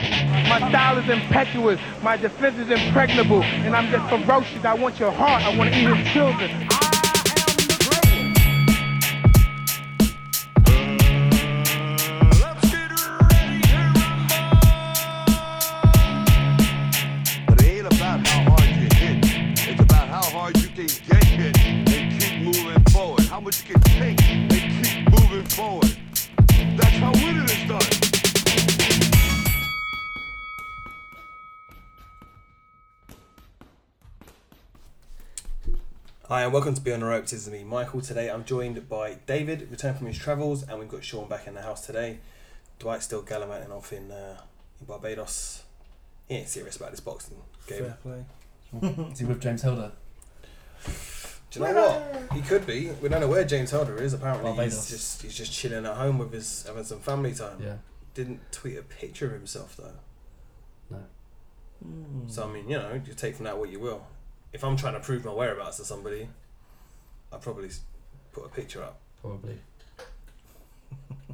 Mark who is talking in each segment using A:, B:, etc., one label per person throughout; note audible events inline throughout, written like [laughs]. A: My style is impetuous, my defense is impregnable, and I'm just ferocious. I want your heart, I want to eat his children.
B: But it ain't about how hard you hit. It's about how hard you can get hit and keep moving forward. How much you can take and keep moving forward. That's how winning is done.
C: Hi, and welcome to Beyond the Ropes. This is me, Michael. Today I'm joined by David, returned from his travels, and we've got Sean back in the house today. Dwight's still gallivanting off in, uh, in Barbados. He ain't serious about this boxing game.
D: Fair play. Is he with James Hilda?
C: Do you know what? He could be. We don't know where James Holder is. Apparently, he's
D: Barbados.
C: just he's just chilling at home with his having some family time.
D: Yeah.
C: Didn't tweet a picture of himself though.
D: No.
C: So I mean, you know, you take from that what you will. If I'm trying to prove my whereabouts to somebody, I'd probably s- put a picture up.
D: Probably.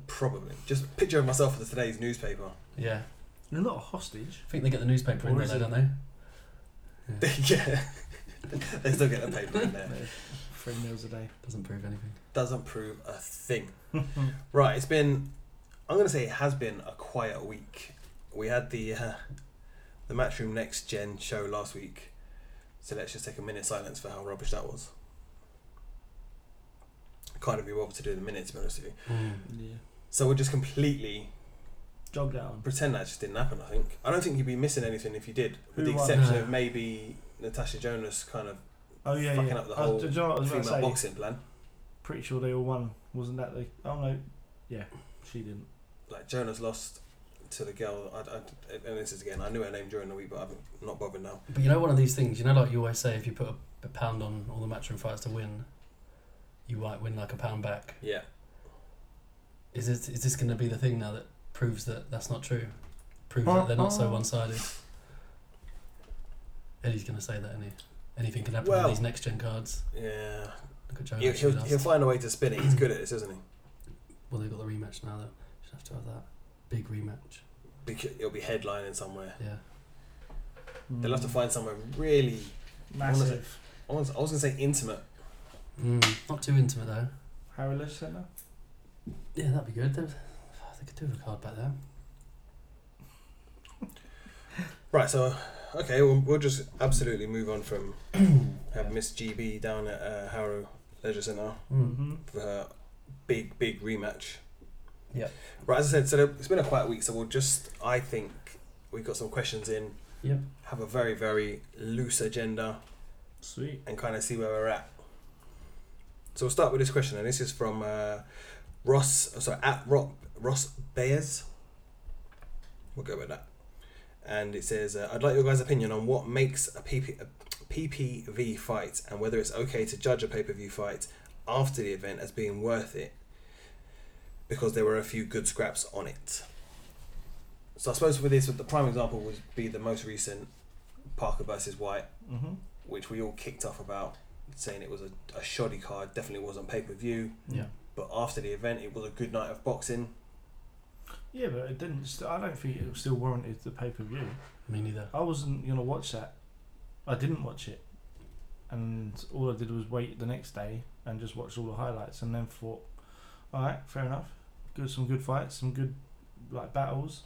C: Probably. Just a picture of myself for today's newspaper. [laughs]
D: Yeah.
E: You're not a hostage.
D: I think they get the newspaper in
E: Or
D: there,
E: is
D: though,
E: it-
D: don't they?
C: yeah. they still get the paper in there.
E: Three meals a day.
D: Doesn't prove anything.
C: Doesn't prove a thing. right, it's been I'm gonna say it has been a quiet week. We had the uh, the Matchroom Next Gen show last week. So let's just take a minute silence for how rubbish that was. Kind of be able to do in a minute to be honest with you.
E: Yeah.
C: So we'll just completely
E: Jog that one.
C: pretend that just didn't happen. I think I don't think you'd be missing anything if you did, with
E: Who
C: the
E: won?
C: exception
D: No.
C: of maybe Natasha Jonas kind of
E: Oh yeah,
C: fucking
E: yeah.
C: up the
E: I
C: whole
E: was, do you know what I was about to
C: female
E: say?
C: boxing plan.
E: Pretty sure they all won. Wasn't that the? Oh no. Yeah, she didn't.
C: Like Jonas lost to the girl, I, I- and this is again. I knew her name during the week, but I'm not bothered now.
D: But you know, one of these things, you know, like you always say, if you put a, a pound on all the matchroom fights to win, you might win like a pound back.
C: Yeah,
D: Is this, is this going to be the thing now that proves that that's not true? Proves that they're not so
E: Uh-uh.
D: one sided? Eddie's going to say that, isn't he? Anything can happen
C: Well-
D: with these next gen cards.
C: yeah.
D: Look at Joe.
C: He'll,
D: actually
C: he'll,
D: last-
C: he'll find a way to spin it. He's good at this,
E: [clears throat]
C: isn't he?
D: Well, they've got the rematch now, though. Should have to have that. Big rematch.
C: Because he'll be headlining somewhere.
D: Yeah.
C: They'll
E: Mm.
C: have to find somewhere really.
E: Massive.
C: I was, I was gonna say intimate.
D: Mm, not too intimate, though.
E: Harrowless Centre.
D: Yeah, that'd be good. There was- They could do with a card back there.
C: Right. So, okay, we'll, we'll just absolutely move on
E: [clears throat]
C: from have Miss GB down at uh, Harrow Leisure Centre.
E: Mm-hmm.
C: for her big, big rematch.
D: Yep.
C: Right, as I said, so there- it's been a quiet week, so we'll just, I think, we've got some questions in.
D: Yep.
C: Have a very, very loose agenda
E: Sweet.
C: and kind of see where we're at. So we'll start with this question, and this is from uh, Ross, oh, sorry, at Rob, Ross Bayers. We'll go with that. And it says, uh, I'd like your guys' opinion on what makes a, PP, a PPV fight and whether it's okay to judge a pay per view fight after the event as being worth it because there were a few good scraps on it. So I suppose with this, the prime example would be the most recent Parker versus White
E: Mm-hmm.
C: which we all kicked off about saying it was a, a shoddy card, definitely wasn't pay per view.
D: Yeah.
C: But after the event, it was a good night of boxing.
E: Yeah, but it didn't. St- I don't think it still warranted the pay per view.
D: Me neither.
E: I wasn't gonna watch that. I didn't watch it, and all I did was wait the next day and just watch all the highlights, and then thought, all right, fair enough. Good, some good fights, some good like battles.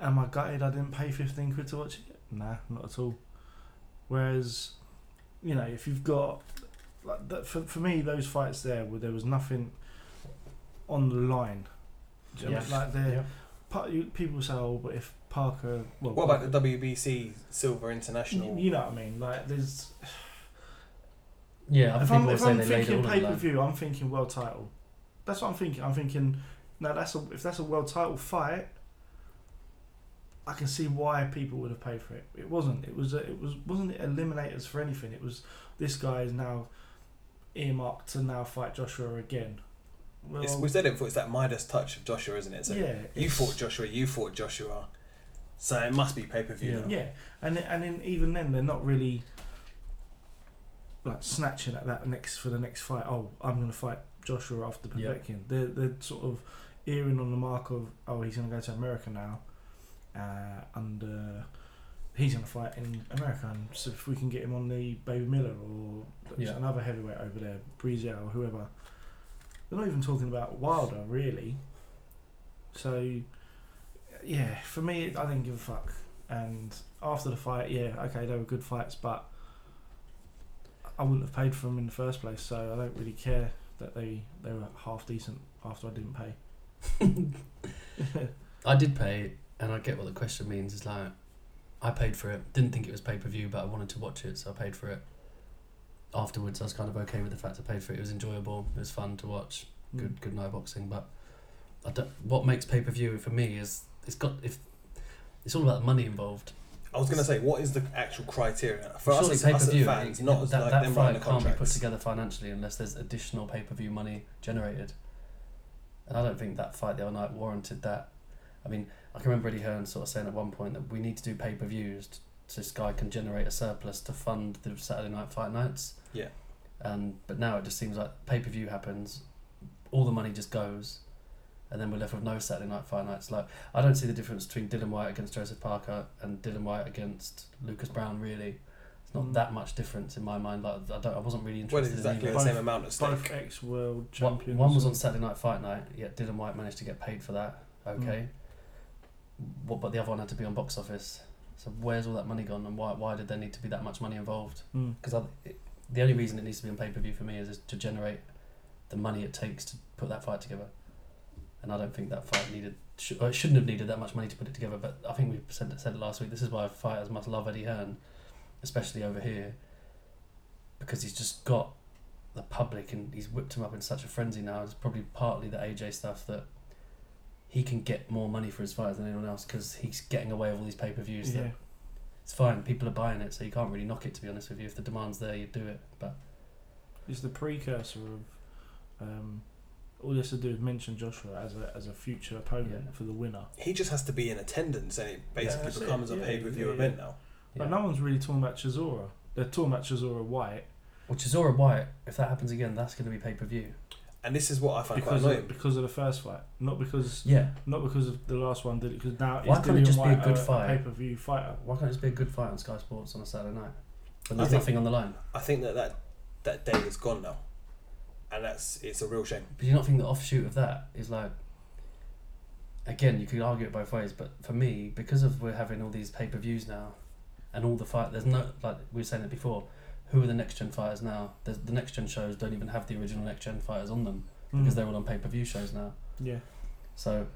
E: Am I gutted? I didn't pay fifteen quid to watch it. Nah, not at all. Whereas, you know, if you've got like that, for for me, those fights there where there was nothing on the line. Do you know what I mean? like they're Pa- you- people say, oh, but if Parker, well,
C: What about the WBC Silver International?
E: You know what I mean? Like, there's.
D: Yeah,
E: if
D: other people
E: I'm,
D: would
E: if
D: say
E: I'm
D: they laid it
E: thinking
D: all
E: pay
D: on the
E: per
D: [laughs] line.
E: view, [laughs] I'm thinking world title. That's what I'm thinking. I'm thinking, no, that's a, if that's a world title fight, I can see why people would have paid for it. It wasn't. It was. A, it was. Wasn't it eliminators for anything? It was. This guy is now earmarked to now fight Joshua again. Well,
C: It's, we said it before. It's that Midas touch of Joshua, isn't it? So
E: Um, yeah,
C: you
E: it's-
C: fought Joshua, you fought Joshua, so it must be pay per view. now.
E: Yeah, and th- and then even then they're not really like snatching at that next for the next fight. Oh, I'm gonna fight Joshua after
D: Yeah.
E: Povetkin. They're they're sort of earing on the mark of oh he's gonna go to America now. uh, under. He's going to fight in America, and so if we can get him on the Baby Miller or there's
D: Yeah.
E: another heavyweight over there, Breezer or whoever, they're not even talking about Wilder really. So, yeah, for me, I didn't give a fuck. And after the fight, yeah, okay, they were good fights, but I wouldn't have paid for them in the first place, so I don't really care that they they were half decent after I didn't pay.
D: I did pay, and I get what the question means. It's like I paid for it. Didn't think it was pay per view, but I wanted to watch it, so I paid for it. Afterwards, I was kind of okay with the fact I paid for it. It was enjoyable. It was fun to watch.
E: Hmm.
D: Good,
E: Mm.
D: good night boxing. But I don't, what makes pay per view for me is it's got if it's all about the money involved.
C: I was gonna say, what is the actual criteria for us
D: Surely
C: as,
D: pay per
C: us as
D: view.
C: fans? Not as
D: that
C: like
D: that
C: them
D: fight
C: writing the
D: can't be put
C: contracts.
D: together financially unless there's additional pay per view money generated. And I don't think that fight the other night warranted that. I mean, I can remember Eddie Hearn sort of saying at one point that we need to do pay per views so Sky can generate a surplus to fund the Saturday night fight nights.
C: Yeah.
D: And Um, but now it just seems like pay per view happens, all the money just goes, and then we're left with no Saturday night fight nights. Like I don't see the difference between Dylan White against Joseph Parker and Dylan White against Lucas Brown. Really, it's not
E: Mm.
D: that much difference in my mind. Like I don't, I wasn't really
C: Well,
D: interested
C: it's exactly
D: in
C: the
D: either.
C: same amount at
E: Both
C: stake.
E: ex world
D: One,
E: champions.
D: one was on Saturday night fight night. Yet Dylan White managed to get paid for that.
E: Mm.
D: Okay. What, but the other one had to be on box office. So where's all that money gone, and why why did there need to be that much money involved?
E: Mm.
D: because the only reason it needs to be on pay per view for me is, is to generate the money it takes to put that fight together. And I don't think that fight needed, sh- or it shouldn't have needed that much money to put it together. But I think we said, said it last week. This is why fighters must love Eddie Hearn, especially over here, because he's just got the public and he's whipped him up in such a frenzy now. It's probably partly the AJ stuff that he can get more money for his fights than anyone else because he's getting away with all these pay per views that
E: Yeah.
D: it's fine. People are buying it, so you can't really knock it. To be honest with you, if the demand's there, you do it. But
E: It's the precursor of um, all you have to do is mention Joshua as a as a future opponent
D: Yeah.
E: for the winner.
C: He just has to be in attendance, and it basically
E: that's it,
C: becomes a
E: yeah,
C: pay per view
E: yeah,
C: event now.
D: yeah.
E: But no one's really talking about Chisora. They're talking about Chisora White
D: well, Chisora White, if that happens again, that's going to be pay per view.
C: And this is what I find
E: because
C: quite
E: of,
C: annoying.
E: because of the first fight, not because
D: Yeah.
E: not because of the last one did it. Because now
D: Why
E: it's
D: can't it just be a
E: Dillian White
D: good
E: a,
D: fight?
E: pay per view fighter.
D: Why can't it just be a good fight on Sky Sports on a Saturday night? When
C: I
D: there's
C: think-
D: nothing on the line.
C: I think that, that that day is gone now, and that's it's a real shame.
D: But do you not think the offshoot of that is like? Again, you could argue it both ways, but for me, because of we're having all these pay per views now, and all the fight, there's no like we were saying it before. Who are the next gen fighters now? There's, the next gen shows don't even have the original next gen fighters on them
C: Hmm.
D: because they're all on pay per view shows now.
E: Mm. yeah.
D: So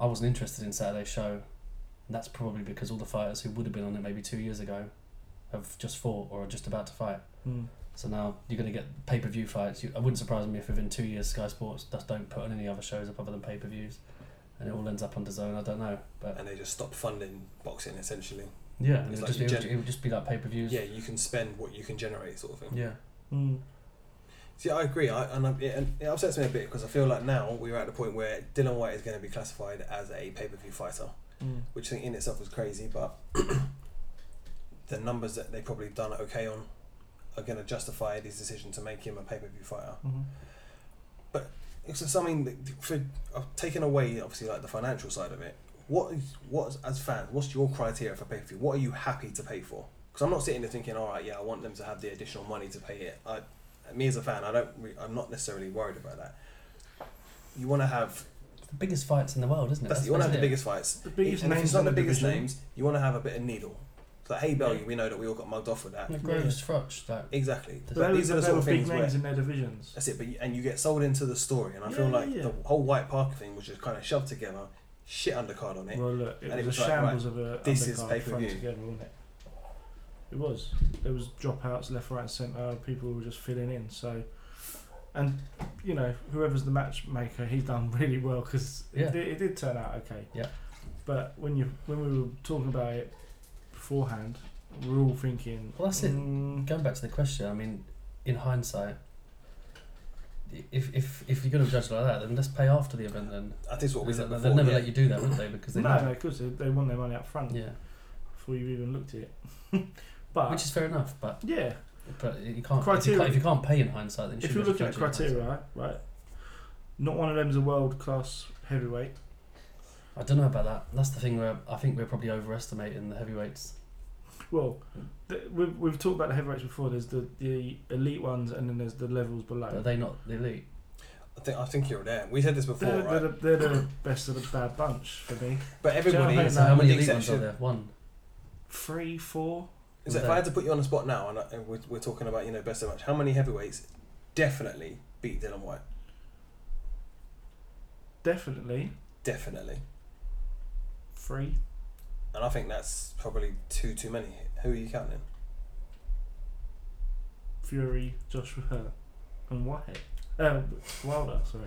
D: I wasn't interested in Saturday's show. And that's probably because all the fighters who would have been on it maybe two years ago have just fought or are just about to fight.
E: Mm.
D: So now you're going to get pay per view fights. You, I wouldn't surprise me if within two years Sky Sports just don't put on any other shows up other than pay per views. And it all ends up on the zone. I don't know. But
C: And they just stop funding boxing essentially.
D: yeah, it
C: It's
D: would,
C: like
D: just,
C: you
D: it, would,
C: gen-
D: it would just be like pay per views.
C: Yeah, you can spend what you can generate, sort of thing.
D: Yeah.
E: Mm.
C: See, I agree, I, and, I, it, and it upsets me a bit because I feel like now we're at the point where Dylan White is going to be classified as a pay per view fighter,
E: Mm.
C: which I think in itself is crazy, but [clears throat] the numbers that they probably done okay on are going to justify his decision to make him a pay per view fighter.
E: Mhm.
C: It's just something that, for uh, taking away obviously like the financial side of it. What is what as fans? What's your criteria for pay per view? What are you happy to pay for? Because I'm not sitting there thinking, all right, yeah, I want them to have the additional money to pay it. I, me as a fan, I don't. Re- I'm not necessarily worried about that. You want to have
D: It's the biggest fights in the world, isn't it?
C: that's, you want to have the
D: basically it.
C: biggest fights.
E: The biggest
C: and if
E: names
C: it's not
E: in
C: the
E: the
C: biggest
E: division.
C: names, you want to have a bit of needle. It's like, hey, Bellew,
E: Yeah.
C: we know that we all got mugged off with that.
D: And Groves, Frotch, like,
C: Exactly.
E: But
D: But
C: But,
E: they were-
C: these are the
E: but they
C: sort
E: were
C: of
E: big
C: things
E: names
C: where
E: in their divisions.
C: That's it, but you, and you get sold into the story, and I feel
E: Yeah,
C: like
E: yeah.
C: the whole White Parker thing was just kind of shoved together, shit undercard on it.
E: Well, look, it
C: and it
E: was a
C: was like,
E: shambles of a
C: this is
E: undercard
C: pay-per-view.
E: thrown together, wasn't it? It was. There was dropouts left, right, and centre. People were just filling in. So, and you know, whoever's the matchmaker, he's done [laughs] really well because
D: Yeah.
E: it, did- it did turn out okay.
D: Yeah.
E: But when you when we were talking about it beforehand, we were all thinking,
D: Well, that's it.
E: "Mm,
D: Going back to the question, I mean, in hindsight, if if if you're going to judge like that, then let's pay after the event. Then
C: I think it's what we
D: they'll
C: said before.
D: they'll never
C: yeah.
D: let you do that, would they? Because they
E: no,
D: know.
E: no, because they, they want their money up front
D: Yeah,
E: before you even looked at it. [laughs] but
D: which is fair enough, but
E: yeah,
D: but you can't. If you
E: Criteria-
D: can't, if you can't pay in hindsight, then you
E: if
D: should
E: you're looking at
D: judge it in hindsight.
E: criteria, right, not one of them's a world class heavyweight.
D: I don't know about that. That's the thing where I think we're probably overestimating the heavyweights.
E: Well, the, we've, we've talked about the heavyweights before. There's the, the elite ones, and then there's the levels below.
D: But are they not the elite?
C: I think I think you're there. We said this before,
E: They're,
C: right?
E: they're, the, they're the best of the bad bunch for me.
C: but everybody
E: uh, Joe
C: is.
E: Hayden,
D: So how
C: with
D: many
C: the
D: elite ones are
C: exception,
D: there? One.
E: Three, four.
C: is that if I had to put you on the spot now, and, I, and we're, we're talking about you know best of match, how many heavyweights definitely beat Dylan White?
E: Definitely
C: Definitely,
E: three.
C: and I think that's probably too too many. Who are you counting?
E: Fury, Joshua Hurt, and Whitehead. Uh, Wilder, sorry.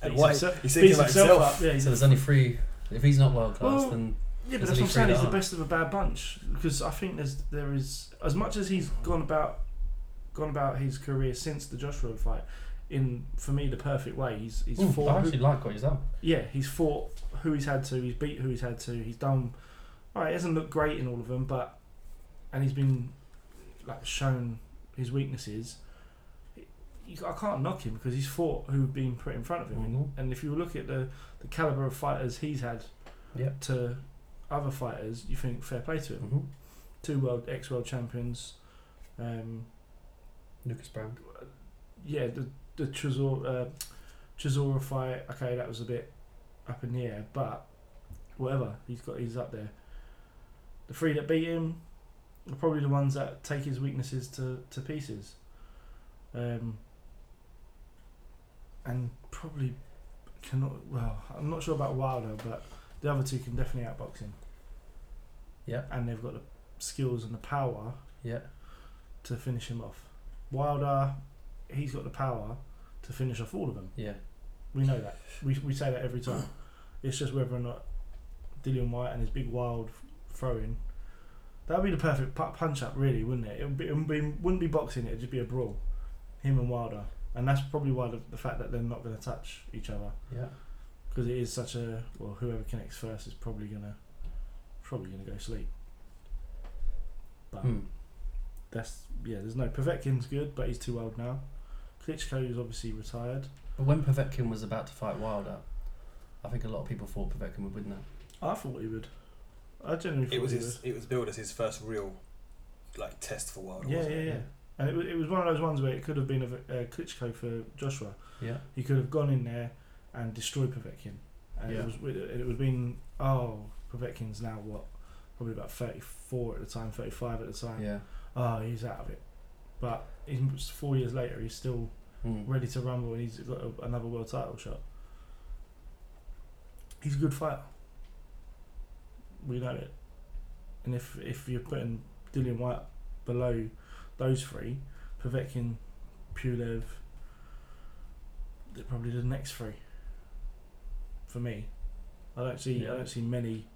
C: And
E: Beats
C: White,
E: himself-
C: he's
E: beats
C: thinking about
E: himself
C: himself.
E: up, Yeah, he's
D: So there's only three. If he's not world class,
E: Well-
D: then
E: Yeah, but
D: There's
E: that's
D: only
E: what I'm saying.
D: three
E: He's the
D: that
E: best of a bad bunch because I think there's there is as much as he's gone about gone about his career since the Joshua fight in for me the perfect way. He's he's
D: Ooh, hmm, I
E: fought.
D: actually
E: Who,
D: like what he's done.
E: yeah, he's fought who he's had to. He's beat who he's had to. He's done. All right, he hasn't looked great in all of them, but and he's been like shown his weaknesses. You- I can't knock him because he's fought who've been put in front of him,
D: Mhm.
E: and if you look at the the caliber of fighters he's had
D: Yep.
E: to other fighters, you think fair play to him.
D: hmm
E: Two world ex world champions. Um,
D: Lucas Brown.
E: yeah, the the Chisora, uh, Chisora fight. Okay, that was a bit up in the air, but whatever. He's got he's up there. The three that beat him are probably the ones that take his weaknesses to to pieces. Um, and probably cannot. Well, I'm not sure about Wilder, but the other two can definitely outbox him.
D: Yeah.
E: and they've got the skills and the power
D: Yeah.
E: to finish him off. Wilder, he's got the power to finish off all of them.
D: Yeah.
E: We know that. We, we say that every time. It's just whether or not Dillian White and his big wild throwing. That would be the perfect pu- punch up, really, wouldn't it? It would be, it would be, wouldn't be boxing, it would just be a brawl. Him and Wilder. And that's probably why the, the fact that they're not going to touch each other.
D: Yeah.
E: Because it is such a. Well, whoever connects first is probably going to probably gonna go sleep. But
D: Hmm.
E: that's yeah. There's no Povetkin's good, but he's too old now. Klitschko is obviously retired.
D: But when Povetkin was about to fight Wilder, I think a lot of people thought Povetkin would win that.
E: I thought he would. I genuinely thought
C: It was
E: he
C: his. It was billed as his first real, like test for Wilder.
E: would. Yeah,
C: wasn't
E: yeah,
C: it?
E: yeah. And it was, it was one of those ones where it could have been a, a Klitschko for Joshua.
D: Yeah.
E: He could have gone in there and destroyed Povetkin, and
D: Yeah.
E: it was it would have been oh Povetkin's now what probably about 34 at the time, 35 at the time.
D: Yeah.
E: Oh, he's out of it. But he's four years later, he's still
D: Mm.
E: ready to rumble and he's got a, another world title shot. He's a good fighter. We know it. And if if you're putting Dillian White below those three, Povetkin, Pulev, they're probably the next three. For me, I don't see
D: Yeah.
E: I don't see many,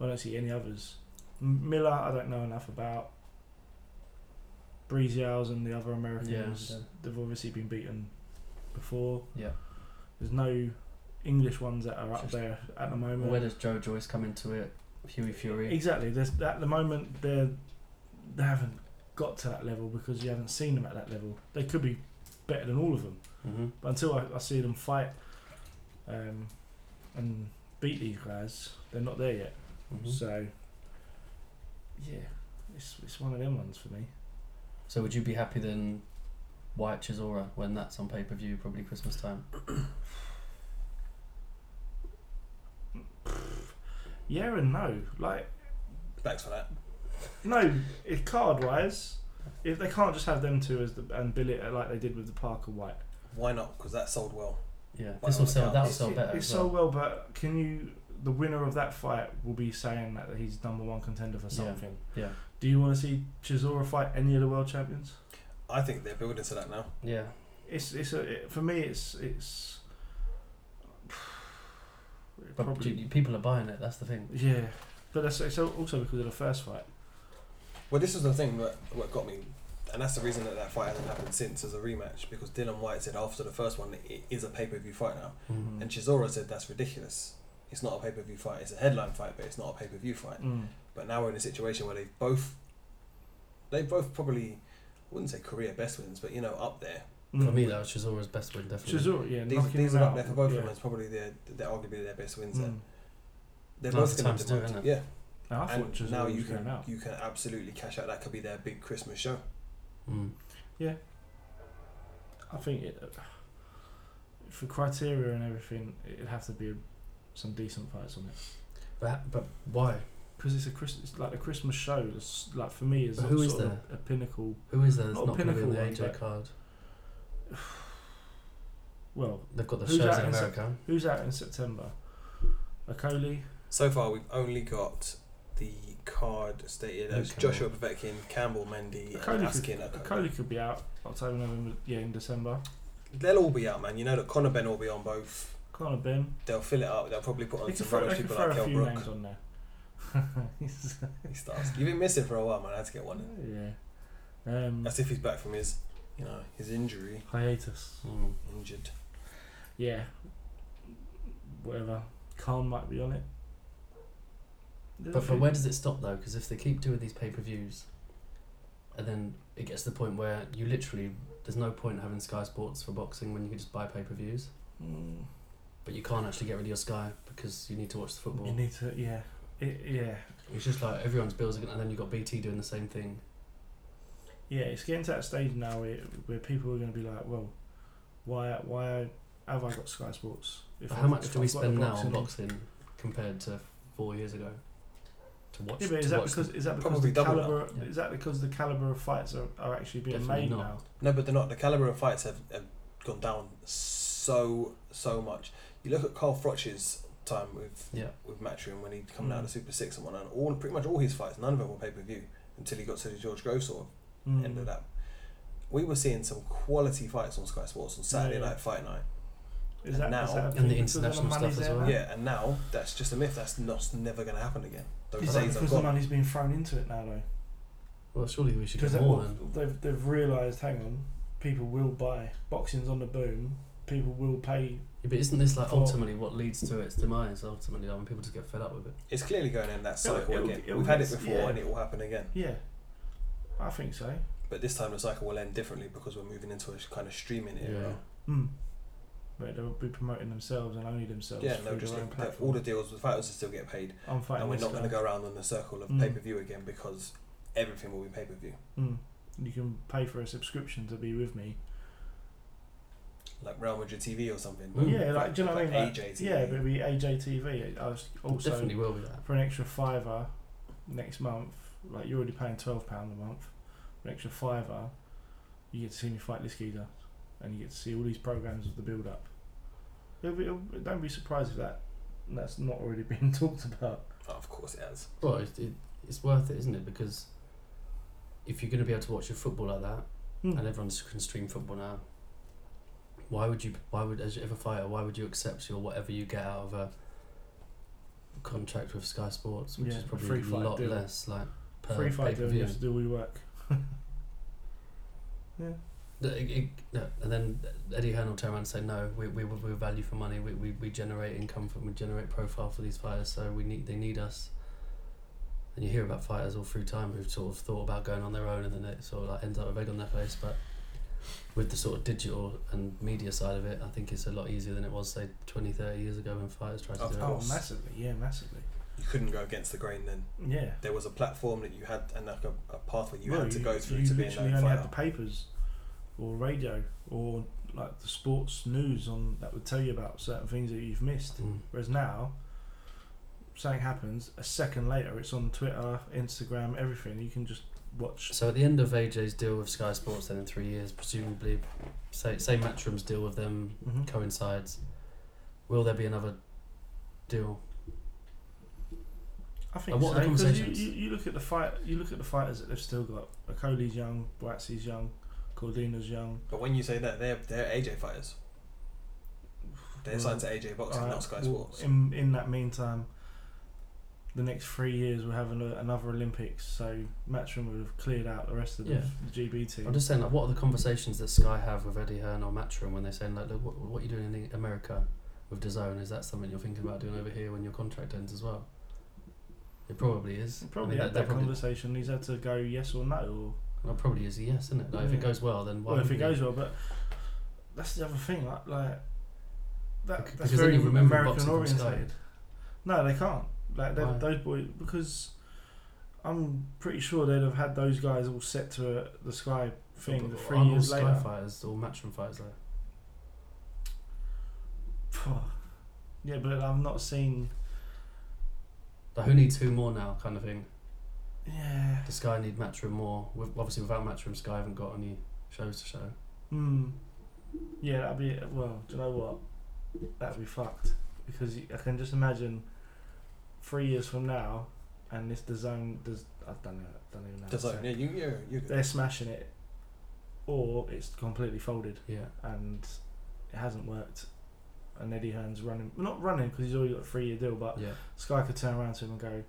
E: I don't see any others. M- Miller, I don't know enough about. Breezy Owls and the other Americans,
D: yeah.
E: they've obviously been beaten before.
D: Yeah.
E: There's no English ones that are up
D: Just-
E: there at the
D: Well,
E: moment.
D: Where does Joe Joyce come into it? Huey Fury.
E: Exactly. There's at the moment they're they haven't got to that level because you haven't seen them at that level. They could be better than all of them,
D: hmm
E: but until I, I see them fight um, and beat these guys, they're not there yet.
D: hmm
E: So yeah, it's it's one of them ones for me.
D: So would you be happy then White Chisora when that's on pay per view, probably Christmas time?
E: Yeah and no. Like
C: Thanks for that.
E: no, if card wise, if they can't just have them two as the and bill it like they did with the Parker White.
C: Why not? Because that sold well.
D: Yeah.
C: Why
D: This will
C: not?
D: sell. That will
E: It's-
D: sell
E: it-
D: better.
E: It's
D: as
E: so
D: well.
E: well, but can you? The winner of that fight will be saying that he's number one contender for
D: Yeah.
E: something.
D: Yeah.
E: Do you want to see Chisora fight any of the world champions?
C: I think they're building to that now.
D: Yeah.
E: It's it's a, it, for me. It's it's. [sighs] it
D: But
E: probably,
D: you- people are buying it. That's the thing.
E: yeah, but that's it's also because of the first fight.
C: Well, this was the thing that what got me, and that's the reason that that fight hasn't happened since as a rematch because Dylan White said after the first one it is a pay per view fight now,
D: Mm-hmm.
E: Mm.
C: and Chisora said that's ridiculous. It's not a pay per view fight. It's a headline fight, but it's not a pay per view fight.
E: Mm.
C: But now we're in a situation where they've both, they both probably, I wouldn't say career best wins, but you know up there.
D: For
E: Mm.
D: me, that was Chisora's best win, definitely.
E: Chisora, yeah,
C: These,
E: knocking
C: these
E: him
C: are up
E: out,
C: there for both
E: yeah.
C: of them. It's probably their, they're arguably their best wins.
E: Mm.
C: Then They're
D: Now's
C: both
D: the
C: going
D: time
C: to
D: to do it,
C: demand.
D: isn't
C: yeah,
E: Now, I thought
C: and
E: Jazz
C: now
E: now
C: you
E: was
C: can
E: going out.
C: you can absolutely cash out. That could be their big Christmas show.
D: Mm.
E: I think it, uh, for criteria and everything, it'd have to be some decent fights on it
D: But but why?
E: because it's a Christmas, it's like a Christmas show. It's like for me, is
D: But who
E: sort
D: is
E: of
D: there?
E: a pinnacle.
D: Who is there that's
E: Not a
D: not going to be on the
E: pinnacle one,
D: AJ
E: but-
D: card?
E: Well,
D: They've got the
E: Who's
D: shows
E: that
D: in
E: in
D: America.
E: who's out in September? Akoli,
C: So far, we've only got the card stated as
D: Luke
C: Joshua Povetkin, Campbell Mendy, and
E: Cody could-
C: Askin. Okoye.
E: Akoli could be out October, November, yeah, in December.
C: They'll all be out, man. You know that Conor Ben will be on both.
E: Connor Ben.
C: They'll fill it up. They'll probably put
E: They
C: on
E: could
C: some
E: throw,
C: rubbish
E: they could
C: people
E: throw
C: like
E: a
C: Kell
E: few
C: Brook.
E: names on there.
C: [laughs]
E: [laughs]
C: He starts. You've been missing for a while, man. I had to get one in.
E: Mm. yeah. Um,
C: That's if he's back from his, you know, his injury,
E: hiatus.
D: Mm.
C: injured.
E: Yeah. Whatever. Khan might be on it. There's a
D: But, but
E: few-
D: where does it stop though? Because if they keep doing these pay per views, and then it gets to the point where you literally there's no point having Sky Sports for boxing when you can just buy pay per views,
E: Mm,
D: but you can't actually get rid of your Sky because you need to watch the football.
E: you need to, yeah. It, yeah.
D: It's just like everyone's bills are going, and then you've got BT doing the same thing.
E: Yeah, it's getting to that stage now where, where people are going to be like, well, why why have I got Sky Sports? If
D: But
E: I've-
D: how much
E: if
D: do we
E: I've got the
D: spend now on
E: boxing?
D: boxing compared to four years ago? To watch,
E: Yeah, but is
D: to
E: that
D: watch
E: because is that because
C: Probably
E: the
C: double that,
E: caliber
D: yeah.
E: is that because the caliber of fights are, are actually being
D: Definitely
E: made
D: not.
E: now?
C: No, but they're not. The caliber of fights have, have gone down so so much. You look at Carl Froch's time with
D: Yeah.
C: with Matchroom when he'd come down
E: Mm.
C: to Super Six and whatnot. All pretty much all his fights, none of them were pay per view until he got to the George Grove sort of
E: Mm.
C: end of that. We were seeing some quality fights on Sky Sports on Saturday
E: Yeah.
C: night fight night.
E: Is that,
C: now-
E: is that a
C: And
E: thing
D: the
E: because of
D: international
E: money's
D: stuff as
E: there
D: well.
E: now?
C: Yeah, and now that's just a myth. That's not that's never going to happen again. Those
E: Is that
C: days are
E: because the
C: gone.
E: money's being thrown into it now though?
D: Well, surely we should
E: Because
D: do
E: that-
D: more
E: well,
D: then.
E: they've they've realised, hang on, people will buy. Boxing's on the boom. People will pay.
D: Yeah, but isn't this like
E: Well-
D: ultimately what leads to its demise? Ultimately, like, when people just get fed up with it.
C: It's clearly going in that
E: It'll-
C: cycle
E: it'll-
C: again.
E: it'll
C: We've had it
E: get-
C: before,
E: yeah.
C: and it will happen again.
E: Yeah, I think so.
C: But this time the cycle will end differently because we're moving into a sh- kind of streaming era.
E: Mm. But they'll be promoting themselves and only themselves.
C: Yeah, and
E: through
C: they'll just
E: their own
C: they'll-
E: platform.
C: all the deals with fighters will still get paid,
E: I'm fighting.
C: and we're
E: this
C: not going
E: guy.
C: to go around in the circle of
E: Mm.
C: pay per view again because everything will be pay per view.
E: Mm. You can pay for a subscription to be with me.
C: Like Real Madrid TV or something.
D: Mm.
E: Yeah, like, do you know what I mean? Like,
C: AJ TV.
E: Yeah, but it'll be AJTV. I was also
D: Definitely will be that.
E: for an extra fiver next month, like you're already paying twelve pound a month, for an extra fiver, you get to see me fight this geezer, and you get to see all these programs of the build up. It'll be, it'll, don't be surprised if that that's not already [laughs] been talked about.
C: Oh, of course it has.
D: Well, it, it, it's worth it, isn't it? Because if you're going to be able to watch your football like that,
E: Hmm.
D: and everyone can stream football now, why would you? Why would as ever fighter? Why would you accept your whatever you get out of a contract with Sky Sports, which
E: Yeah,
D: is
E: a
D: probably
E: free
D: a
E: fight
D: lot
E: deal.
D: less like per
E: Free fight
D: pay-per-view.
E: deal, you have to do all your work. yeah,
D: The- it- it- no, and then Eddie Hearn will turn around and say, "No, we we we're value for money. We, we, we generate income from we generate profile for these fighters, so we need they need us." And you hear about fighters all through time who've sort of thought about going on their own, and then it sort of like ends up with egg on their face. But with the sort of digital and media side of it, I think it's a lot easier than it was say 20, 30 years ago when fighters tried to
C: Of
D: do
E: oh,
C: course.
E: massively, yeah, massively,
C: You couldn't go against the grain then.
E: yeah.
C: There was a platform that you had and like a, a pathway you
E: No,
C: had to go through
E: you
C: to be a
E: literally
C: known
E: only
C: fighter.
E: had the papers or radio or like the sports news on that would tell you about certain things that you've missed.
D: it. Mm.
E: Whereas now, something happens a second later, it's on Twitter, Instagram, everything. You can just watch.
D: So at the end of AJ's deal with Sky Sports, then in three years, presumably, say say Matchroom's deal with them
E: Mhm.
D: coincides. Will there be another deal?
E: I think
D: And what are the
E: so, 'cause you,
D: conversations?
E: you, you look at the fight. You look at the fighters that they've still got. Akoli's young, Boatsie's young, Cordina's young.
C: But when you say that, they're they're AJ fighters. They're
E: Well,
C: signed to AJ Boxing,
E: Mm. Alright,
C: not Sky
E: well,
C: Sports.
E: In in that meantime, the next three years we're having a, another Olympics, so Matchroom would have cleared out the rest of the,
D: Yeah.
E: the GB team.
D: I'm just saying, like, what are the conversations that Sky have with Eddie Hearn or Matchroom when they're saying, like, look, what, what are you doing in America with DAZN? Is that something you're thinking about doing over here when your contract ends as well? It probably is.
E: He probably
D: I mean,
E: had
D: they-
E: that
D: they probably,
E: conversation. He's had to go yes or no,
D: well, probably is a yes, isn't it? Like, If
E: Yeah.
D: it goes well, then
E: or
D: why
E: well, if it
D: wouldn't you?
E: goes well. But that's the other thing, like, like that,
D: Bec-
E: that's
D: because then
E: very
D: you remember
E: American
D: boxing from Sky.
E: orientated. No, they can't. Like they-
D: Why?
E: those boys, because I'm pretty sure they'd have had those guys all set to uh, the Sky thing. The
D: But
E: three
D: aren't
E: years
D: all
E: later.
D: Sky fighters or Matchroom fighters though.
E: [sighs] Yeah, but I've not seen.
D: Like who needs who more now, kind of thing.
E: Yeah.
D: Does Sky need Matchroom more? With, obviously, without Matchroom, Sky haven't got any shows to show.
E: Hmm. Yeah, that'd be well. Do you know what? That'd be fucked because you- I can just imagine three years from now, and this design does. I don't know. I don't even know. how to
C: Just like,
E: say
C: yeah,
E: it.
C: you, yeah, you.
E: They're smashing it, or it's completely folded
D: Yeah.
E: and it hasn't worked. And Eddie Hearn's running, well, not running because he's already got a three-year deal, but
D: Yeah.
E: Sky could turn around to him and go,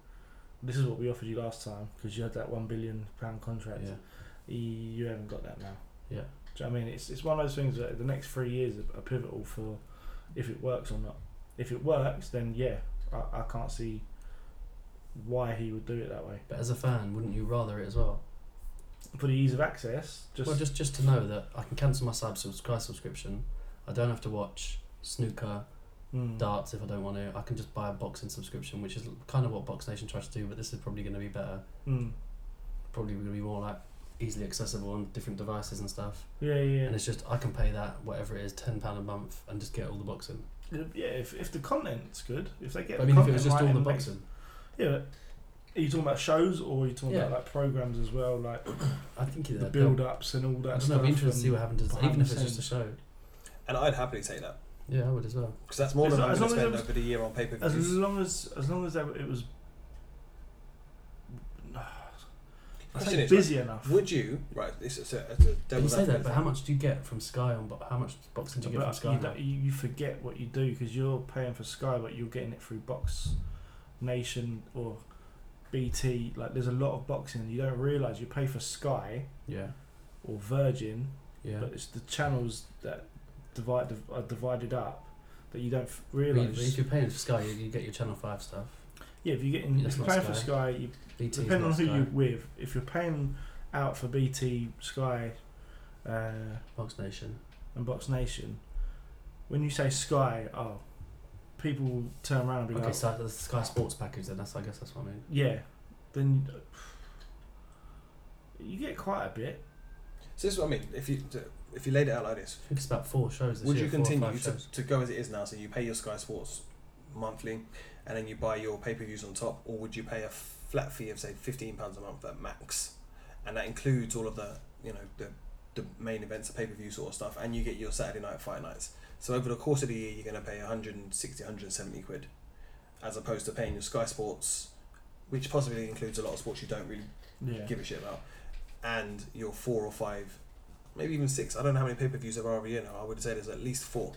E: "This is what we offered you last time because you had that one billion pound contract.
D: Yeah.
E: Y- You haven't got that now."
D: Yeah.
E: Do you know what I mean? It's, it's one of those things that the next three years are, are pivotal for if it works or not. If it works, then yeah, I, I can't see why he would do it that way.
D: But as a fan, wouldn't you rather it as well?
E: For the ease of access, just,
D: well, just just to know that I can cancel my sub Sky subscription. I don't have to watch snooker,
E: mm,
D: darts if I don't want to. I can just buy a boxing subscription, which is kind of what Box Nation tries to do. But this is probably going to be better.
E: mm.
D: Probably going to be more like easily accessible on different devices and stuff.
E: Yeah, yeah,
D: And it's just I can pay that whatever it is, ten pound a month, and just get all the boxing.
E: yeah. Uh, Yeah, if, if the content's good, if they get.
D: But I
E: the
D: mean, if
E: content
D: it was just
E: right
D: all the
E: and makes-
D: boxing,
E: Yeah. but Are you talking about shows or are you talking
D: Yeah.
E: about like programs as well, like
D: I think
E: the
D: that
E: build ups and all
D: I
E: that
D: don't know.
E: stuff?
D: It'd be interesting to see
E: and-
D: what happens. to-
E: behind
D: Even
E: the
D: if it's just a
E: scenes.
D: show.
C: And I'd happily take that
D: Yeah, I would as well.
C: because that's more
E: As
C: than
E: lo-
C: I'm
E: as
C: going to
E: long as it
C: spend
E: was-
C: over the year on pay per
E: As
C: views.
E: long as as long as they, it was
C: Question is,
E: busy enough.
C: would you? Right, this is a, it's a
D: But you
C: devil's
D: say that,
C: advocate.
D: but how much do you get from Sky on? But how much boxing do you get
E: But
D: from Sky?
E: you,
D: now?
E: don't- you- you forget what you do because you're paying for Sky, but you're getting it through Box Nation or BT. Like, there's a lot of boxing you don't realise. You pay for Sky
D: Yeah,
E: or Virgin,
D: yeah.
E: but it's the channels that divide are divided up that you don't f-
D: I mean, if
E: realise.
D: you're paying for Sky, you, you get your Channel Five stuff.
E: Yeah, if you're getting
D: Yeah,
E: if
D: it's
E: you're
D: not
E: paying for
D: Sky.
E: Sky, you,
D: BT is
E: depending on
D: not
E: who
D: Sky.
E: you're with. If you're paying out for BT, Sky, uh,
D: Box Nation.
E: and Box Nation, when you say Sky, oh, people will turn around and be
D: Okay,
E: like,
D: so that's the Sky Sports package then. That's I guess that's what I mean.
E: yeah, then you get quite a bit.
C: So this is what I mean. If you if you laid it out like this,
D: I think it's about four shows this
C: would
D: year.
C: you
D: four or
C: continue
D: five
C: to,
D: shows.
C: to go as it is now? So you pay your Sky Sports monthly, and then you buy your pay per views on top, or would you pay a flat fee of say fifteen pounds a month at max, and that includes all of the you know the the main events, the pay per view sort of stuff, and you get your Saturday night fight nights. So over the course of the year, you're going to pay 160, 170 quid, as opposed to paying your Sky Sports, which possibly includes a lot of sports you don't really
E: Yeah.
C: give a shit about, and your four or five, maybe even six. I don't know how many pay per views there are every year now. I would say there's at least four.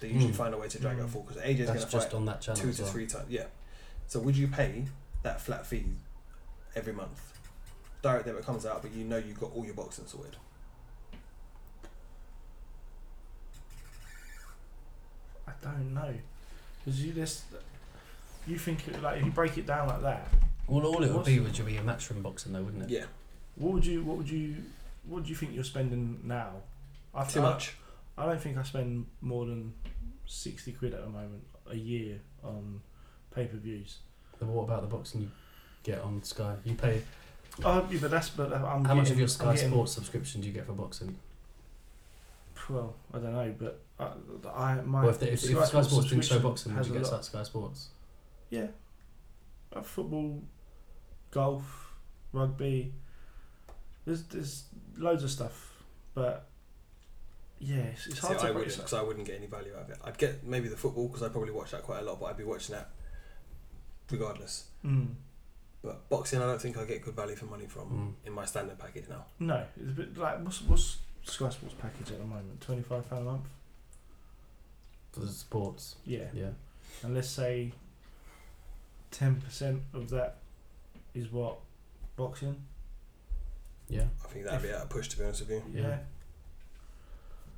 C: They usually
D: Mm.
C: find a way to drag out
E: Mm.
C: four because AJ's going
D: That's
C: to
D: just
C: fight
D: on that channel.
C: two
D: as
C: to
D: well.
C: three times. Yeah. So would you pay that flat fee every month? Direct debit comes out, but you know you've got all your boxing sorted.
E: I don't know, because you just you think like if you break it down like that,
D: Well, all it would
E: What's-
D: be would be a matchroom boxing though, wouldn't it?
C: Yeah.
E: what would you what would you what do you think you're spending now? I
C: Too
E: I-
C: much.
E: I don't think I spend more than sixty quid at the moment a year on pay per views.
D: But what about the boxing you get on Sky? You pay
E: Oh, yeah, but that's but I'm
D: how much of
E: getting-
D: your
E: I'm
D: Sky
E: getting-
D: Sports subscription do you get for boxing?
E: Well, I don't know, but I, I my
D: Well, if, the, if, if Sky Sports didn't show boxing, would
E: has
D: you
E: a
D: get
E: lot-
D: that Sky Sports?
E: Yeah. Uh, football, golf, rugby. There's there's loads of stuff, but yeah, it's, it's
C: See,
E: hard
C: I
E: to break.
C: wouldn't because I wouldn't get any value out of it. I'd get maybe the football because I probably watch that quite a lot, but I'd be watching that regardless.
E: Mm.
C: But boxing, I don't think I get good value for money from
D: Mm.
C: in my standard package now.
E: No, it's a bit like what's what's Sky Sports package at the moment? Twenty five pound a month.
D: For the sports.
E: Yeah,
D: Yeah.
E: and let's say ten percent of that is what boxing.
D: Yeah.
C: I think that'd be out of push to be honest with you.
D: Yeah.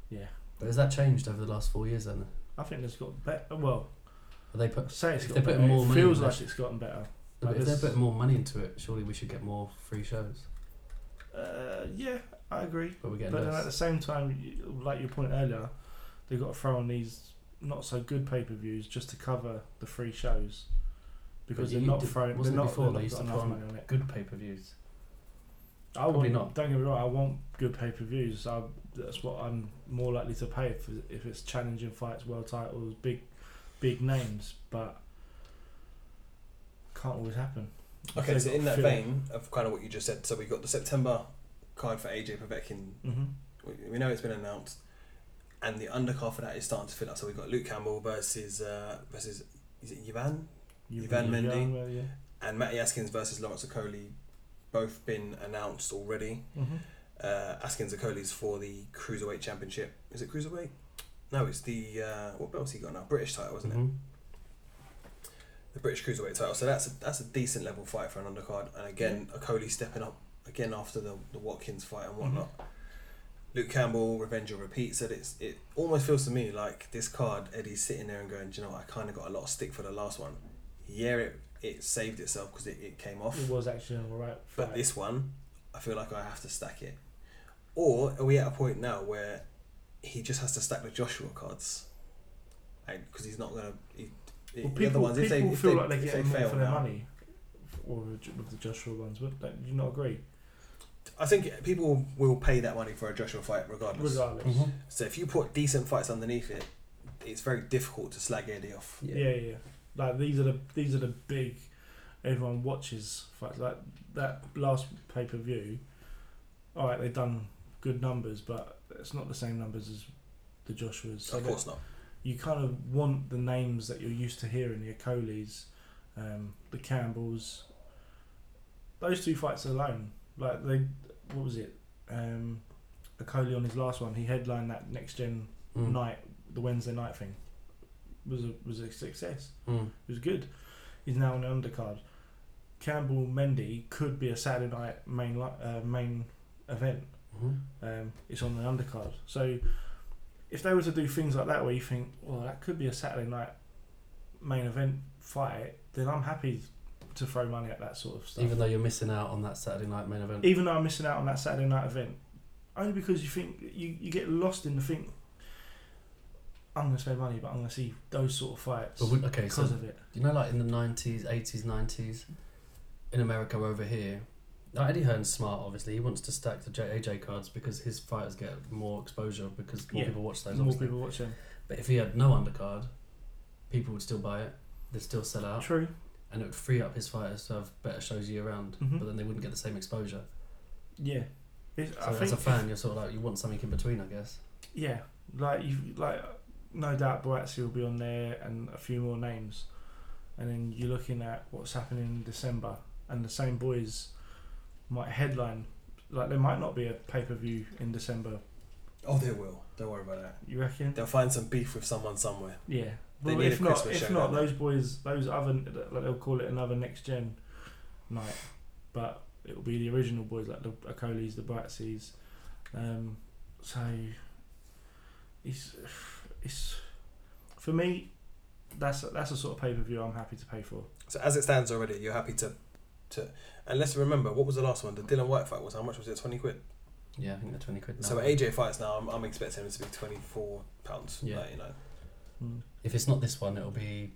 E: yeah.
D: But has that changed over the last four years then?
E: I think there's got better. Well,
D: Have they put
E: say it's
D: If
E: got
D: they put
E: better.
D: more
E: it
D: money
E: feels
D: in
E: like
D: this-
E: it's gotten better.
D: But
E: Like
D: if they're
E: there's-
D: putting more money into it, surely we should get more free shows.
E: Uh, yeah, I agree.
D: But we're getting
E: But then at the
D: less.
E: same time, you- like your point earlier, they've got to throw on these not so good pay per views just to cover the free shows. because
D: you
E: they're not
D: did-
E: throwing. They're
D: wasn't it
E: not
D: before
E: they've
D: they
E: not
D: used
E: got
D: to
E: enough
D: prime-
E: money on it.
D: Good pay per views.
E: I
D: Probably
E: want,
D: not.
E: Don't get me wrong. I want good pay per views. I that's what I'm more likely to pay for if it's challenging fights, world titles, big, big names. But can't always happen.
C: Okay, so in that
E: Feel-
C: vein of kind of what you just said, so we got the September card for AJ Povetkin.
E: hmm
C: We- We know it's been announced, and the undercard for that is starting to fill up. So we got Luke Campbell versus uh, versus is it Yvan Ivan Mendy.
E: Yeah, yeah.
C: and Matty Askins versus Lawrence Okoli, both been announced already.
E: Mm-hmm.
C: Uh, Askins Okoli's for the cruiserweight championship. Is it cruiserweight? No, it's the uh, what belt's he got now? British title, wasn't it?
D: Mhm.
C: the British cruiserweight title. So that's a, that's a decent level fight for an undercard. And again, Okoli stepping up again after the, the Watkins fight and whatnot. Luke Campbell, Revenge or Repeat said it's it almost feels to me like this card. Eddie's sitting there and going, Do you know, what? I kind of got a lot of stick for the last one. Yeah, it it saved itself because it, it came off.
E: It was actually an alright.
C: But
E: fight.
C: this one, I feel like I have to stack it. Or are we at a point now where he just has to stack the Joshua cards? Because he's not gonna. He,
E: Well,
C: the other
E: people,
C: ones, if they,
E: people
C: if
E: feel
C: they,
E: like they're
C: if they
E: getting more
C: fail
E: for their
C: now,
E: money, or with the Joshua ones. But like, do you not agree?
C: I think people will pay that money for a Joshua fight regardless.
E: Regardless.
D: Mhm.
C: So if you put decent fights underneath it, it's very difficult to slag Eddie off.
D: Yeah.
E: Yeah. yeah, Like these are the these are the big everyone watches fights. Like that last pay per view. All right, they've done good numbers, but it's not the same numbers as the Joshua's. So
C: of
E: that-
C: course not.
E: you kind of want the names that you're used to hearing, the Ocolis, um, the Campbells. Those two fights alone, like they, what was it? Um, Ocoli on his last one, he headlined that next gen
D: Mm.
E: night, the Wednesday night thing. Was a was a success.
D: Mm.
E: It was good. He's now on the undercard. Campbell Mendy could be a Saturday night main li- uh, main event
D: Mhm.
E: um, it's on the undercard. So if they were to do things like that where you think, well, that could be a Saturday night main event fight, then I'm happy to throw money at that sort of stuff.
D: Even though you're missing out on that Saturday night main event.
E: Even though I'm missing out on that Saturday night event, only because you think you, you get lost in the think. I'm going to spend money, but I'm going to see those sort of fights
D: But would- okay, so
E: because of it.
D: You know, like in the nineties, eighties, nineties, in America over here. Now, Eddie Hearn's smart. Obviously, he wants to stack the J- AJ cards because his fighters get more exposure because more
E: Yeah,
D: people watch those.
E: There's more
D: obviously.
E: people watching.
D: But if he had no undercard, people would still buy it. They'd still sell out,
E: True.
D: and it would free up his fighters to have better shows year round.
E: Mhm.
D: But then they wouldn't get the same exposure.
E: Yeah. It's,
D: So
E: I
D: as
E: think
D: a fan, you're sort of like you want something in between, I guess.
E: Yeah, like you like no doubt Boatsy will be on there and a few more names, and then you're looking at what's happening in December, and the same boys might headline. Like there might not be a pay per view in December.
C: Oh, they will. Don't worry about that.
E: You reckon?
C: They'll find some beef with someone somewhere.
E: Yeah.
C: They
E: Well,
C: need
E: if
C: a
E: not,
C: Christmas
E: if
C: show,
E: not,
C: don't they?
E: those boys, those other like they'll call it another next gen night, but it'll be the original boys like the Acolis, the Boatseys. Um, so it's it's for me. That's that's the sort of pay per view I'm happy to pay for.
C: So as it stands already, you're happy to, to. And let's remember, what was the last one? The Dylan White fight was how much was it? Twenty quid.
D: Yeah, I think they're twenty quid now.
C: So AJ fights now. I'm, I'm expecting him to be twenty four pounds.
D: Yeah.
C: Like, you know,
E: Mm.
D: If it's not this one, it'll be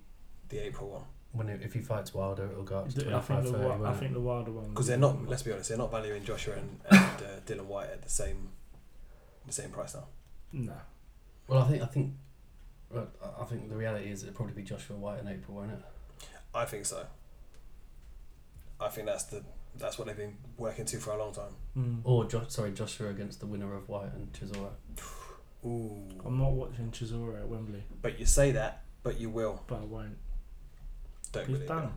C: the April one.
D: when it, if he fights Wilder, it'll go up to
E: I think
D: 25,
E: the
D: 30,
E: wi- I
D: won't it?
E: think the wilder one
C: Because they're not. Let's be honest. They're not valuing Joshua and, and uh, Dylan White at the same, the same price now.
E: no.
D: Well, I think I think, well, I- I think the reality is it'll probably be Joshua White in April, won't it?
C: I think so. I think that's the that's what they've been working to for a long time.
E: Mm.
D: Or jo- sorry, Joshua against the winner of White and Chisora.
C: Ooh.
E: I'm not watching Chisora at Wembley,
C: But you say that, but you will.
E: but I won't.
C: Don't
E: He's
C: believe
E: done.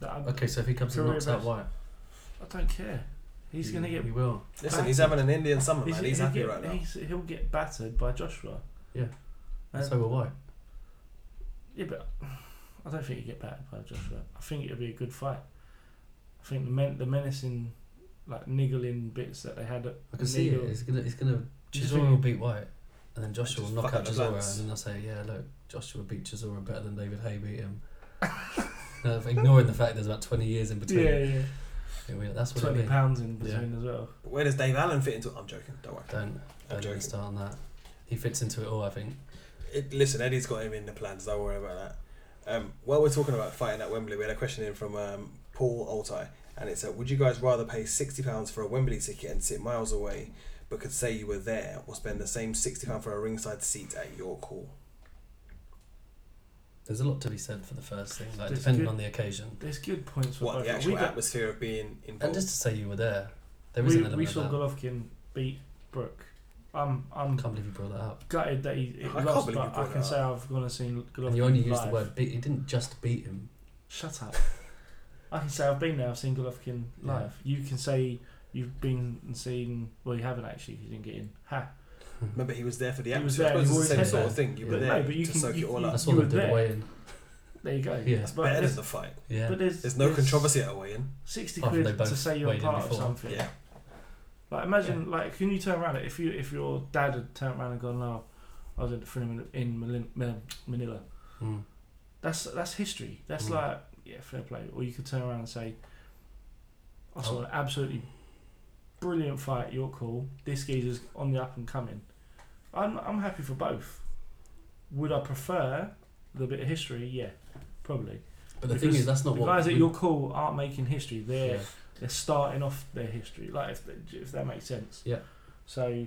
E: That- I,
D: Okay, so if he comes and
E: Career
D: knocks out
E: best.
D: White,
E: I don't care. He's
D: he-
E: gonna get
D: He will.
C: it. Listen, he's having an Indian summer, man.
E: He's,
C: He's,
E: he'll
C: happy
E: get,
C: right now.
E: He's, he'll get battered by Joshua.
D: Yeah.
E: Um,
D: so will White.
E: yeah, but I don't think he'll get battered by Joshua. I think it'll be a good fight. I think the men, the menacing, like niggling bits that they had. At
D: I can see it.
E: niggle-
D: It's gonna. It's gonna.
E: Do you
D: Chisora
E: think-
D: will beat White, and then Joshua
C: Just
D: will knock
C: fuck
D: out
C: up the
D: Chisora,
C: plans.
D: and then they'll say, "Yeah, look, Joshua beat Chisora better than David Hay beat him." [laughs] no, ignoring the fact there's about 20 years in between.
E: Yeah, yeah.
D: It'll be- That's what
E: Twenty
D: it means.
E: pounds in between as well.
C: But where does Dave Allen fit into it? I'm joking. Don't worry.
D: Don't.
C: I'm
D: Don't even
C: joking.
D: start on that. He fits into it all, I think.
C: It, listen, Eddie's got him in the plans. Don't worry about that. Um, while we're talking about fighting at Wembley, we had a question in from um, Paul Altai, and it's uh, Would you guys rather pay sixty pounds for a Wembley ticket and sit miles away, but could say you were there, or spend the same sixty pound for a ringside seat at your call?
D: There's a lot to be said for the first thing, like
E: There's
D: depending
E: good-
D: on the occasion.
E: There's good points for
C: What
E: both.
C: the
E: of us.
C: actual
E: we got,
C: atmosphere of being
D: And
C: involved?
D: just to say you were there, there is
E: we,
D: an element
E: we
D: of
E: saw
D: that.
E: Golovkin beat Brooke. I'm
D: I
E: I'm
D: can't believe you brought that up.
E: gutted that he, he
C: I can't
E: lost,
C: believe you
E: but I
C: brought
E: can
C: that
E: say I've gone and seen Golovkin
D: And you only
E: live.
D: used the word beat. He didn't just beat him. [laughs]
E: Shut up. I can say I've been there. I've seen Golovkin
D: Yeah.
E: live. You can say you've been and seen. Well, you haven't actually. 'cause You didn't get in. Ha.
C: Remember, he was there for the
E: He was
C: atmosphere. I
E: there,
C: suppose
E: he
C: it's the same
E: always
C: sort
D: had
C: of thing. You
D: that.
C: were
E: But
C: there
E: no, but you
C: to
E: can-
C: soak
E: you-
C: it all
E: you-
C: up.
D: I
C: That's
D: saw
E: were
D: them do the
E: there.
D: weigh in.
E: There you go.
D: Yeah.
C: That's
E: But
C: better
E: there's-
C: than the fight.
D: Yeah.
E: But there's
C: There's no
E: there's
C: controversy at a weigh-in.
E: Sixty
D: Apart from
E: quid
D: they
E: to
D: both
E: say you're
D: weighed in
E: part of
D: before.
E: something.
C: Yeah.
E: Like imagine like can you turn around if you if your dad had turned around and gone no, I was at the film in Malin- Ma- Manila.
D: Mm.
E: That's that's history. That's
D: Mm.
E: like yeah fair play. Or you could turn around and say, I saw
D: Oh.
E: an absolutely brilliant fight. Your call. This geezer's on the up and coming. I'm I'm happy for both. Would I prefer the bit of history? Yeah, probably.
D: But the
E: Because
D: thing is, that's not
E: the
D: what
E: guys at
D: we-
E: your call aren't making history. They're
D: Yeah.
E: they're starting off their history. Like if they, if that makes sense.
D: Yeah.
E: So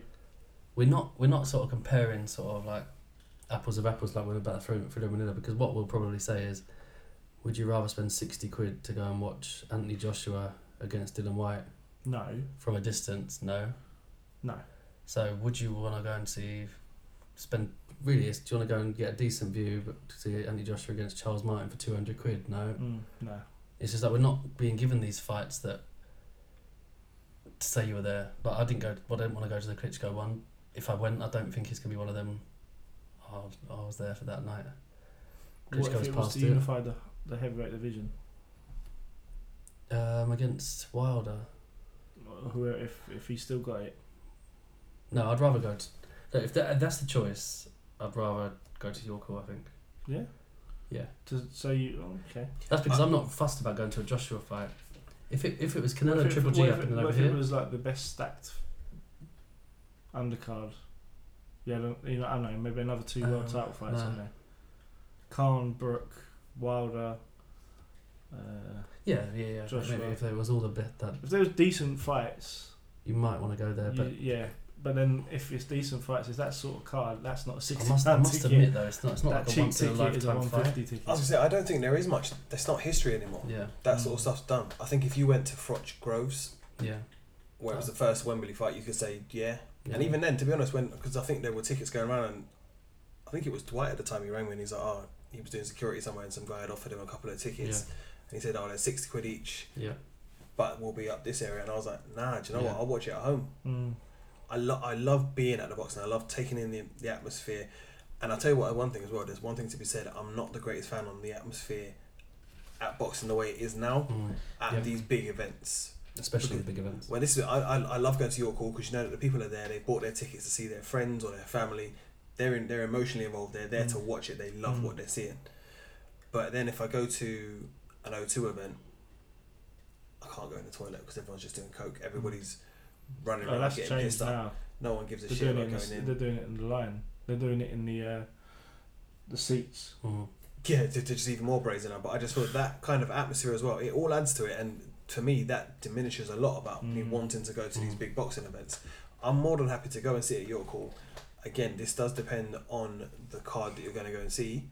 D: We're not we're not sort of comparing sort of like apples of apples like we're about through through Manila because what we'll probably say is, would you rather spend sixty quid to go and watch Anthony Joshua against Dylan White
E: no,
D: from a distance? No.
E: no.
D: So would you want to go and see, spend really? It's, do you want to go and get a decent view but to see Anthony Joshua against Charles Martin for two hundred quid? No.
E: Mm, no.
D: It's just that we're not being given these fights that to say you were there. But I didn't go. Well, I didn't want to go to the Klitschko one. If I went, I don't think it's gonna be one of them. Oh, I was there for that night.
E: What if
D: Klitschko's
E: it was
D: past
E: to
D: it.
E: unify the, the heavyweight division?
D: Um, against Wilder.
E: Whoever, if if he still got it,
D: No, I'd rather go to. Look, if that, that's the choice, I'd rather go to Yorko. I think
E: yeah.
D: Yeah.
E: To, so you oh, okay?
D: that's because I'm not fussed about going to a Joshua fight. If it if it was
E: What
D: Canelo
E: if it-
D: Triple
E: what
D: G
E: if
D: up
E: it-
D: and then
E: what
D: over
E: if it
D: here,
E: was like the best stacked undercard. Yeah, I don't- you know, I don't know. Maybe another two world
D: Um,
E: title fights
D: no.
E: in there. Khan, Brook, Wilder. Uh,
D: yeah, yeah, yeah.
E: Joshua.
D: Maybe if there was all the bit that
E: if there was decent fights,
D: you might want to go there,
E: you-
D: but
E: yeah. But then if it's decent fights, it's that sort of card. That's not a
D: I
E: sixty
D: must, I
E: pound
D: must
E: ticket.
D: admit though, it's not, it's not
E: that
D: like a
E: cheap
D: once in a
E: ticket is a
D: lifetime
E: one
D: fight.
C: I
E: fifty
C: was
E: ticket.
C: gonna say, I don't think there Oh, is much. That's not history anymore.
D: Yeah,
C: That sort of stuff's done. I think if you went to Frotch Groves,
D: yeah,
C: where it was the first Wembley fight, you could say yeah.
D: yeah.
C: And even then, to be honest, when because I think there were tickets going around, and I think it was Dwight at the time he rang me, and he's like, oh, he was doing security somewhere, and some guy had offered him a couple of tickets, and he said, oh, they're sixty quid each,
D: yeah,
C: but we'll be up this area, and I was like, nah, do you know
D: Yeah.
C: what? I'll watch it at home.
E: Mm.
C: I, lo- I love being at the box and I love taking in the, the atmosphere. And I'll tell you what, one thing as well, there's one thing to be said I'm not the greatest fan on the atmosphere at boxing the way it is now
D: Mm.
C: at
D: Yeah.
C: these big events.
D: especially the big events.
C: Well, this is, I, I, I love going to your call because you know that the people are there, they bought their tickets to see their friends or their family. They're, in, they're emotionally involved, they're there to watch it, they love
E: Mm.
C: what they're seeing. But then if I go to an O2 event, I can't go in the toilet because everyone's just doing coke. Everybody's running
E: Oh,
C: around
E: that's
C: getting
E: changed
C: pissed up.
E: now.
C: No one gives a
E: They're
C: shit
E: doing,
C: about
E: it in
C: going
E: the,
C: in.
E: they're doing it in the line. They're doing it in the uh, the seats.
D: Mm.
C: yeah, it's it's just even more brazen now. But I just thought that kind of atmosphere as well. It all adds to it, and to me, that diminishes a lot about me
E: Mm.
C: wanting to go to these
D: Mm.
C: big boxing events. I'm more than happy to go and see at your call. Again, this does depend on the card that you're going to go and see.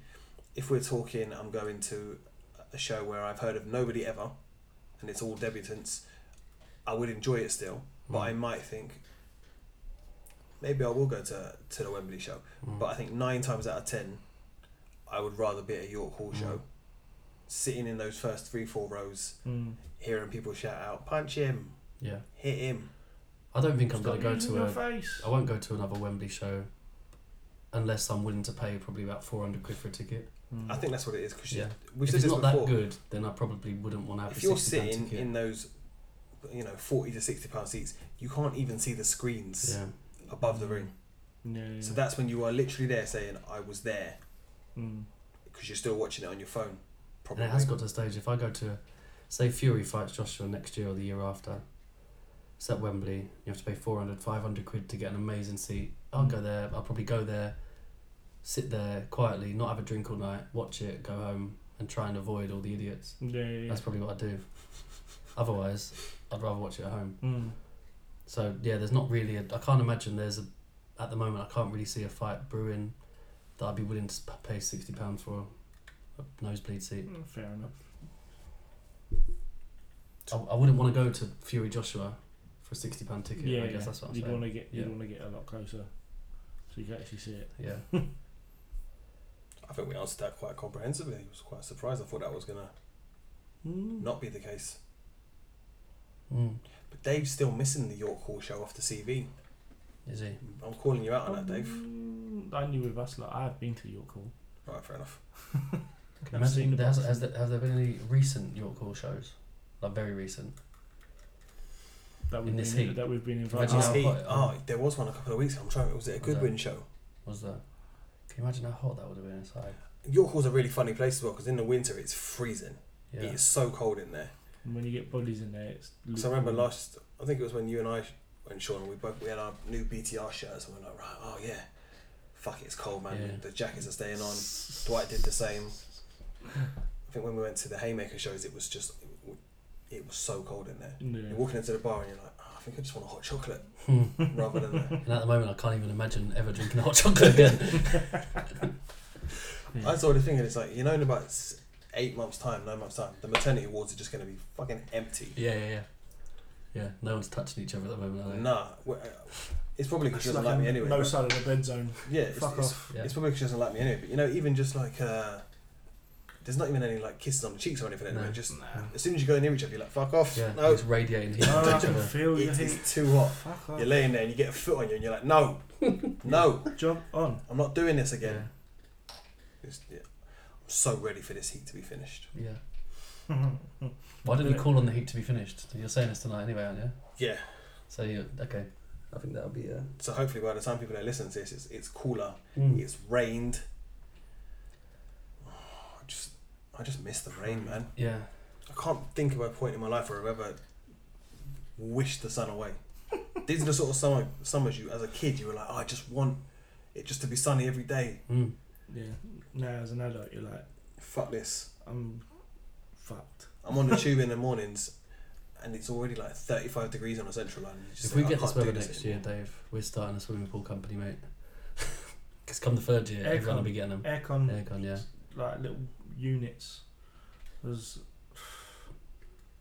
C: If we're talking, I'm going to a show where I've heard of nobody ever, and it's all debutants. I would enjoy it still, but
D: Mm.
C: I might think maybe I will go to to the Wembley show.
D: Mm.
C: But I think nine times out of ten, I would rather be at a York Hall
D: Mm.
C: show, sitting in those first three, four rows,
E: Mm.
C: hearing people shout out, punch him,
D: yeah,
C: hit him.
D: I don't think I'm
E: Stop
D: going to go
E: using
D: to
E: your
D: a.
E: face.
D: I won't go to another Wembley show, unless I'm willing to pay probably about four hundred quid for a ticket.
E: Mm.
C: I think that's what it is because
D: Yeah.
C: we've
D: if
C: said
D: it's
C: this
D: not
C: before.
D: that good, then I probably wouldn't want to have
C: if
D: a
C: you're
D: sixty pound
C: sitting
D: ticket.
C: in those, you know, forty to sixty pound seats, you can't even see the screens
D: yeah, Mm.
C: above the ring.
E: Yeah, yeah,
C: So
E: yeah.
C: that's when you are literally there saying, "I was there,"
E: Mm.
C: because you're still watching it on your phone.
D: and
C: Probably.
D: it has got to the stage. If I go to, say, Fury fights Joshua next year or the year after. It's at Wembley. You have to pay 400, 500 quid to get an amazing seat. I'll
E: Mm.
D: go there. I'll probably go there, sit there quietly, not have a drink all night, watch it, go home, and try and avoid all the idiots.
E: Yeah, yeah, yeah.
D: That's probably what I do. [laughs] Otherwise, I'd rather watch it at home.
E: Mm.
D: So yeah, there's not really. A, I can't imagine there's a. At the moment, I can't really see a fight brewing that I'd be willing to p- pay sixty pounds for a nosebleed seat.
E: Mm, Fair enough.
D: I, I wouldn't want to go to Fury Joshua for a sixty pound ticket.
E: yeah,
D: I guess
E: yeah.
D: that's what I'm
E: you'd
D: saying.
E: want to get you'd
D: Yeah.
E: want to get a lot closer, so you can actually see it.
D: Yeah.
C: I think we answered that quite comprehensively. I was quite surprised. I thought that was gonna
E: Mm.
C: not be the case.
D: Mm.
C: But Dave's still missing the York Hall show off the CV.
D: Is he?
C: I'm calling you out on
E: Oh,
C: that, eh, Dave.
E: Mm, I knew with us, like I've been to York Hall.
C: All right, fair enough.
E: I've
D: Imagine,
E: seen the
D: there has,
E: boxing.
D: has, there, have there been any recent York Hall shows? Like very recent.
E: That
D: In
E: we've
D: this
E: been
D: heat.
E: that we've been invited.
D: Imagine
C: Oh,
D: how
C: he-
D: hot-
C: oh, there was one a couple of weeks ago. I'm trying. Was it a
D: Was
C: Goodwin
D: it?
C: show?
D: Was there? Can you imagine how hot that would have been inside?
C: York Hall's a really funny place as well because in the winter it's freezing.
D: Yeah.
C: It is so cold in there.
E: And when you get bodies in there, it's.
C: So I remember
E: lukewarm.
C: last, I think it was when you and I and Sean, we both we had our new BTR shirts and we're like, right, oh yeah, fuck it, it's cold, man.
D: Yeah.
C: The jackets are staying on. Dwight did the same. I think when we went to the Haymaker shows, it was just, it was so cold in there. You're
E: Yeah.
C: walking into the bar and you're like, oh, I think I just want a hot chocolate
D: Hmm.
C: rather than. The...
D: And at the moment, I can't even imagine ever drinking hot chocolate again. [laughs]
C: I saw the thing and it's like, you know, in about s- eight months' time, nine months' time, the maternity wards are just going to be fucking empty.
D: yeah, yeah, yeah. Yeah, no one's touching each other at the moment, are they?
C: Nah, we- uh, it's probably because
E: It's
C: she doesn't
E: like
C: like me
E: a
C: anyway.
E: No
C: but-
E: side of the
C: [laughs]
E: bed zone.
C: Yeah, it's,
E: Fuck
C: it's,
E: off.
D: Yeah.
C: It's probably 'cause she doesn't like me anyway. But you know, even just like uh, there's not even any like kisses on the cheeks or anything. Anyway.
D: No.
C: Just
E: Nah.
C: as soon as you go near each other, you're like, "Fuck off!"
D: Yeah,
C: no,
D: it's radiating heat
E: Oh,
D: from
E: I
D: each
E: can
D: other.
E: feel your
C: it
E: heat.
C: is too hot.
E: Fuck
C: You're
E: off.
C: laying there and you get a foot on you, and you're like,
E: [laughs]
C: "No, no,
E: Job on.
C: I'm not doing this
D: Yeah,
C: again." It's- yeah. I'm so ready for this heat to be finished.
D: yeah.
E: [laughs]
D: Why didn't we call on the heat to be finished? You're saying this tonight anyway, aren't you?
C: Yeah.
D: So you okay? I think that'll be uh
C: So hopefully by the time people are listening to this, it's, it's cooler.
D: Mm.
C: It's rained. Oh, I just I just miss the rain, man.
D: Yeah,
C: I can't think of a point in my life where I've ever wished the sun away. These are the sort of summer, summers you, as a kid, you were like, "Oh, I just want it just to be sunny every day.
D: mm.
E: Yeah. Now as an adult, you're like,
C: Fuck this.
E: I'm fucked.
C: I'm on the tube in the mornings and it's already like 35 degrees on the central line. You just
D: If we
C: think, "I
D: get this
C: can't do
D: weather next year,
C: anymore."
D: Dave, we're starting a swimming pool company, mate. [laughs] Because come the third year, everyone will be getting
C: Mm.
D: them.
E: Aircon,
D: Aircon, yeah.
E: like little units, was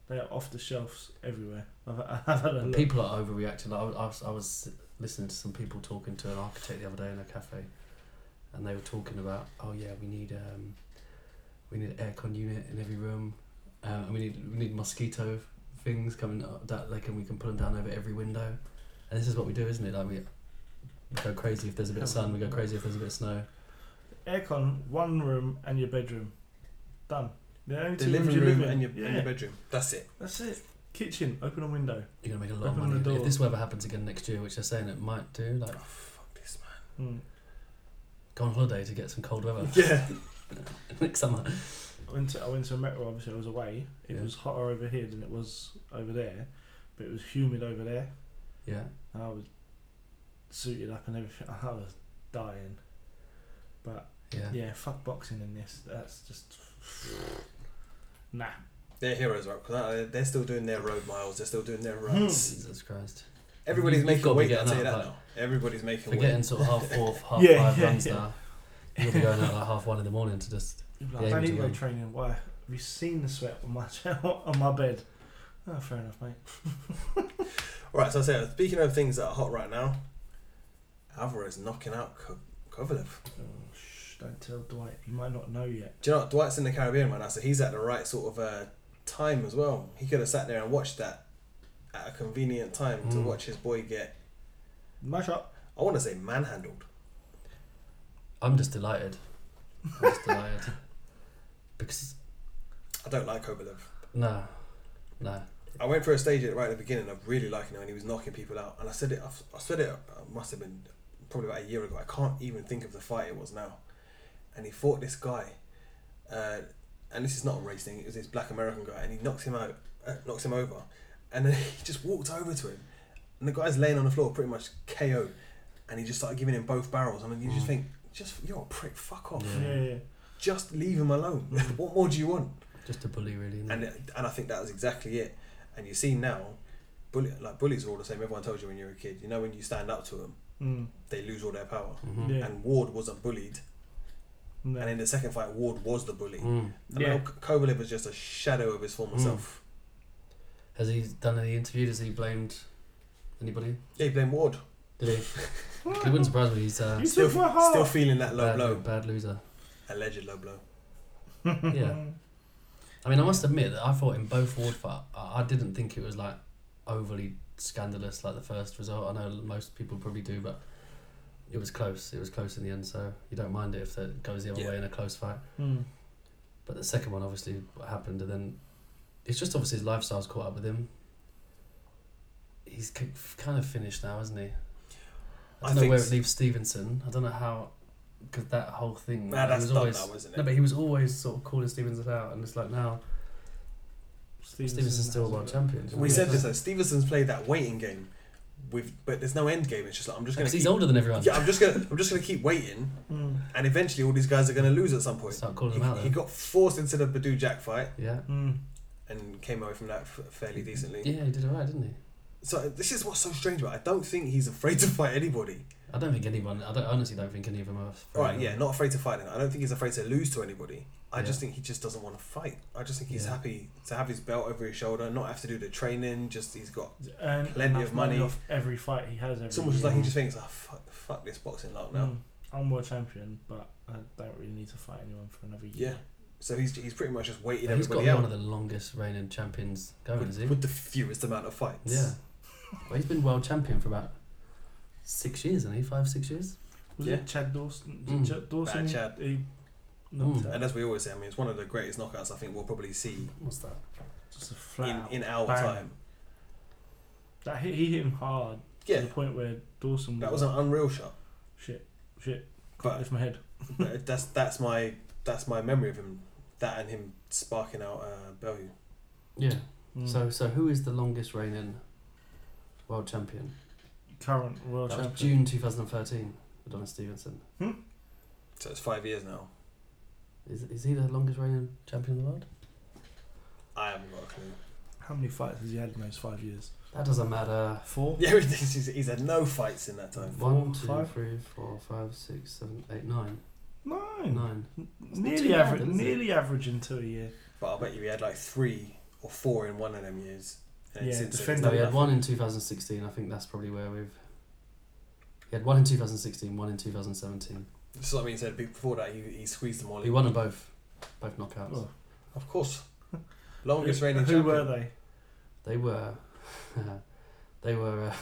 E: they're off the shelves everywhere. [laughs] I've, I've had a
D: And
E: look.
D: people are overreacting. Like, I, was- I, was, I was listening to some people talking to an architect the other day in a cafe, and they were talking about, oh yeah, we need um, we need an aircon unit in every room, um, and we need we need mosquito things coming up that they can we can put them down over every window, and this is what we do, isn't it? Like we, we go crazy if there's a bit of sun, we go crazy if there's a bit of snow.
E: Aircon, one room and your bedroom, done. The only
C: The
E: two
C: living
E: rooms you
C: room
E: live in.
C: and your,
E: yeah,
C: and your bedroom. That's it.
E: that's it. Kitchen, open a window.
D: You're gonna make a lot of
E: Open the
D: money
E: door.
D: if this weather happens again next year, which they're saying it might do. Like
C: Oh, fuck this, man.
E: Mm.
D: go on holiday to get some
E: [laughs]
D: cold weather
C: Yeah.
D: [laughs] next summer.
E: I went to I went to a metro. Obviously, I was away. It
D: Yeah.
E: was hotter over here than it was over there, but it was humid over there.
D: Yeah,
E: And I was suited up and everything. [laughs] I was dying. But
D: yeah.
E: yeah, fuck boxing in this. That's just nah.
C: They're heroes, right? Because they're still doing their road miles. They're still doing their runs.
D: Jesus Christ.
C: Everybody's
D: You've got
C: making
D: to
C: weight.
D: be
C: I'll tell
D: getting
C: you
D: up,
C: that
D: like-
C: now. Everybody's making
D: We're getting
C: weight.
D: sort of half
E: [laughs]
D: fourth, half
E: Yeah,
D: five
E: yeah,
D: runs
E: yeah.
D: now. You'll be going out like half one in the morning to just.
E: You'd be
D: Yeah,
E: Like, I don't
D: you
E: need
D: do.
E: no training. Why? Have you seen the sweat on my [laughs] on my bed? Oh, fair enough, mate.
C: All right, so I say, speaking of things that are hot right now, Alvarez knocking out Ko- Kovalev.
E: Oh, shh, don't tell Dwight. He might not know yet.
C: Do you know what? Dwight's in the Caribbean right now, so he's at the right sort of uh, time as well. He could have sat there and watched that at a convenient time to
D: Mm.
C: watch his boy get,
E: Mash up.
C: I want to say, manhandled.
D: I'm just delighted. I'm
E: [laughs]
D: just delighted because
C: I don't like Kovalev.
D: no, no.
C: I went through a stage at, right at the beginning of really liking him, and he was knocking people out. And I said it, I've- I said it, uh, must have been probably about a year ago. I can't even think of the fight it was now. And he fought this guy, uh, and this is not a race thing. It was this black American guy, and he knocks him out, uh, knocks him over, and then [laughs] he just walked over to him, and the guy's laying on the floor, pretty much KO, and he just started giving him both barrels. And you just think, just you're a prick, fuck off.
E: Yeah,
D: Yeah.
E: yeah.
C: Just leave him alone. [laughs] what more do you want?
D: Just a bully, really. isn't it?
C: And
E: Mm.
C: and I think that was exactly it. And you see now, bully, like bullies are all the same. Everyone tells you when you're a kid. You know when you stand up to them,
E: Mm.
C: they lose all their power.
D: Mhm.
E: Yeah. mm,
C: And Ward wasn't bullied.
E: No.
C: And in the second fight, Ward was the bully.
D: Mm.
C: And
E: Yeah.
C: now K- Kovalev is just a shadow of his former
D: Mm.
C: self.
D: Has he done any interview? Has he blamed anybody?
C: Yeah, you blame Ward.
E: [laughs]
D: Did he? it wouldn't surprise me. He's uh,
E: You
C: Still,
E: took my heart.
C: still feeling that low
D: bad,
C: blow,
D: bad loser.
C: alleged low blow.
E: [laughs]
D: yeah. I mean, I must admit that I thought in both Ward fight, I I didn't think it was like overly scandalous like the first result. I know most people probably do, but it was close. It was close in the end, so you don't mind it if it goes the other
C: Yeah.
D: way in a close fight.
E: Mm.
D: But the second one, obviously, what happened, and then it's just obviously his lifestyle's caught up with him. He's ki- kind of finished now, isn't he?
C: I
D: I don't know
C: think
D: where
C: s-
D: it leaves Stevenson. I don't know how, because that whole thing.
C: Nah,
D: he
C: that's
D: Mm. was
C: done
D: always,
C: now, isn't it?
D: No, but he was always sort of calling Stevenson out, and it's like now Stevenson's still a
E: has
D: world
E: it.
D: champion.
C: we
E: Yeah.
C: said this though. Stevenson's played that waiting game, with but there's no end game. It's just like I'm just gonna.
D: Because
C: Keep,
D: he's older than everyone.
C: Yeah, I'm just gonna. I'm just gonna keep waiting,
E: Mm.
C: and eventually all these guys are gonna lose at some point.
D: Start calling
C: He,
D: him out.
C: he
D: Then.
C: got forced into the Badu Jack fight
D: Yeah.
E: Mm.
C: and came away from that f- fairly decently.
D: Yeah, he did alright, didn't he?
C: So this is what's so strange about. it. I don't think he's afraid to fight anybody.
D: I don't think anyone. I, don't, I honestly don't think any of them are.
C: All right, yeah, not afraid to fight. Him. I don't think he's afraid to lose to anybody. I
D: Yeah.
C: just think he just doesn't want to fight. I just think he's
D: Yeah.
C: happy to have his belt over his shoulder, not have to do the training. Just he's got.
E: Earn
C: Plenty
E: enough
C: of money.
E: off every fight he has every
C: It's almost just
E: year.
C: like he just thinks, oh, fuck, fuck this boxing lot now.
E: Mm. I'm world champion, but I don't really need to fight anyone for another year.
C: Yeah. So he's he's pretty much just waiting
D: But he's got
C: everybody
D: to be
C: out
D: one of the longest reigning champions going, is
C: with,
D: he?
C: with the fewest amount of fights.
D: Yeah. Well, he's been world champion for about six years, hasn't he? Five, six years?
E: Was
C: Yeah.
E: it Chad Dawson?
D: Mm.
E: Chad Dawson.
C: Bad Chad.
E: He knocked
D: Mm.
E: out.
C: And as we always say, I mean, it's one of the greatest knockouts I think we'll probably see
D: What's that?
E: Just a flat
C: in,
E: out.
C: in our
E: Bang.
C: time.
E: That hit, he hit him hard
C: Yeah,
E: to the point where Dawson
C: that was
E: was
C: an
E: like,
C: unreal shot.
E: shit, shit. Can't
C: But
E: lift my head.
C: But that's that's my that's my memory of him. That and him sparking out uh, Bellew.
D: Yeah.
E: Mm.
D: So, so who is the longest reigning world champion?
E: current world
D: that was
E: champion.
D: June 2013 for Donald Stevenson.
C: So it's five years now.
D: Is, is he the longest reigning champion in the world?
C: I haven't got a clue. [laughs]
E: How many fights has he had in those five years?
D: That doesn't matter.
E: Four.
C: Yeah, he's, he's- he's had no fights in that time.
D: One, two,
E: Five.
D: three, four, five, six, seven, eight, nine.
E: Nine.
D: Nine. not too
E: Nearly
D: bad,
E: average.
D: is it?
E: Nearly averaging two a year.
C: But I bet you he had like three or four in one of them years.
E: Yeah,
C: then since then
E: defend
C: he's
D: No,
E: that
D: he
C: done
D: had one in 2016. I think that's probably where we've. He had one in 2016, one in 2017.
C: nothing. So I mean, he said before that he, he squeezed them all.
D: He
C: in.
D: won them both, both knockouts.
E: Oh.
C: of course. Longest
E: Who-
C: reigning
E: Who
C: champion.
E: were they?
D: They were, [laughs] they were uh,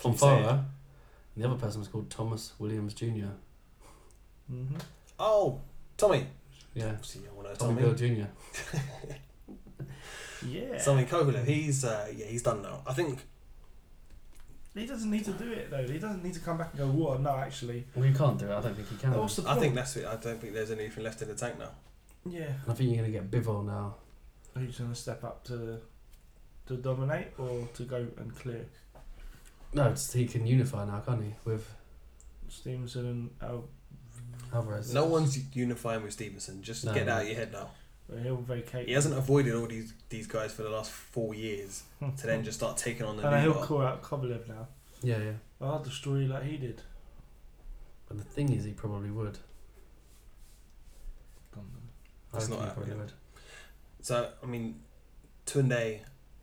C: Keep
D: Fonfara. and The other person was called Thomas Williams Jr.
E: Mm-hmm.
C: Oh, Tommy.
D: Yeah,
C: Obviously, I want to
D: Tommy
C: Tommy.
D: Bill Jr.
E: Mm-hmm. Yeah.
C: Tommy Kovalev. He's uh, yeah, he's done now. I think
E: He doesn't need to do it though. He doesn't need to come back and go, "What? No, actually."
D: Well, you can't do it. I don't think he can.
E: Oh, what's the
C: I
E: point?
C: think that's it. I don't think there's anything left in the tank now.
E: Yeah.
D: And I think you're going to get Bivol now.
E: Who's gonna step up to to dominate or to go and clear
D: No, it's, he can unify now, can't he? With
E: Stevenson and Al?
D: Alvarez.
C: No one's unifying with Stevenson. Just
D: No.
C: get that out of your head now.
E: He'll vacate.
C: He
E: [laughs]
C: hasn't avoided all these these guys for the last four years to then just start taking on the
E: and
C: new
E: Uh, he'll
C: lot.
E: call out Kovalev now.
D: Yeah, yeah.
E: I'll destroy you like he did.
D: But the thing is, he probably would. I
C: It's
D: reckon
C: not
D: he probably
C: happening.
D: would.
C: So I mean, Tunde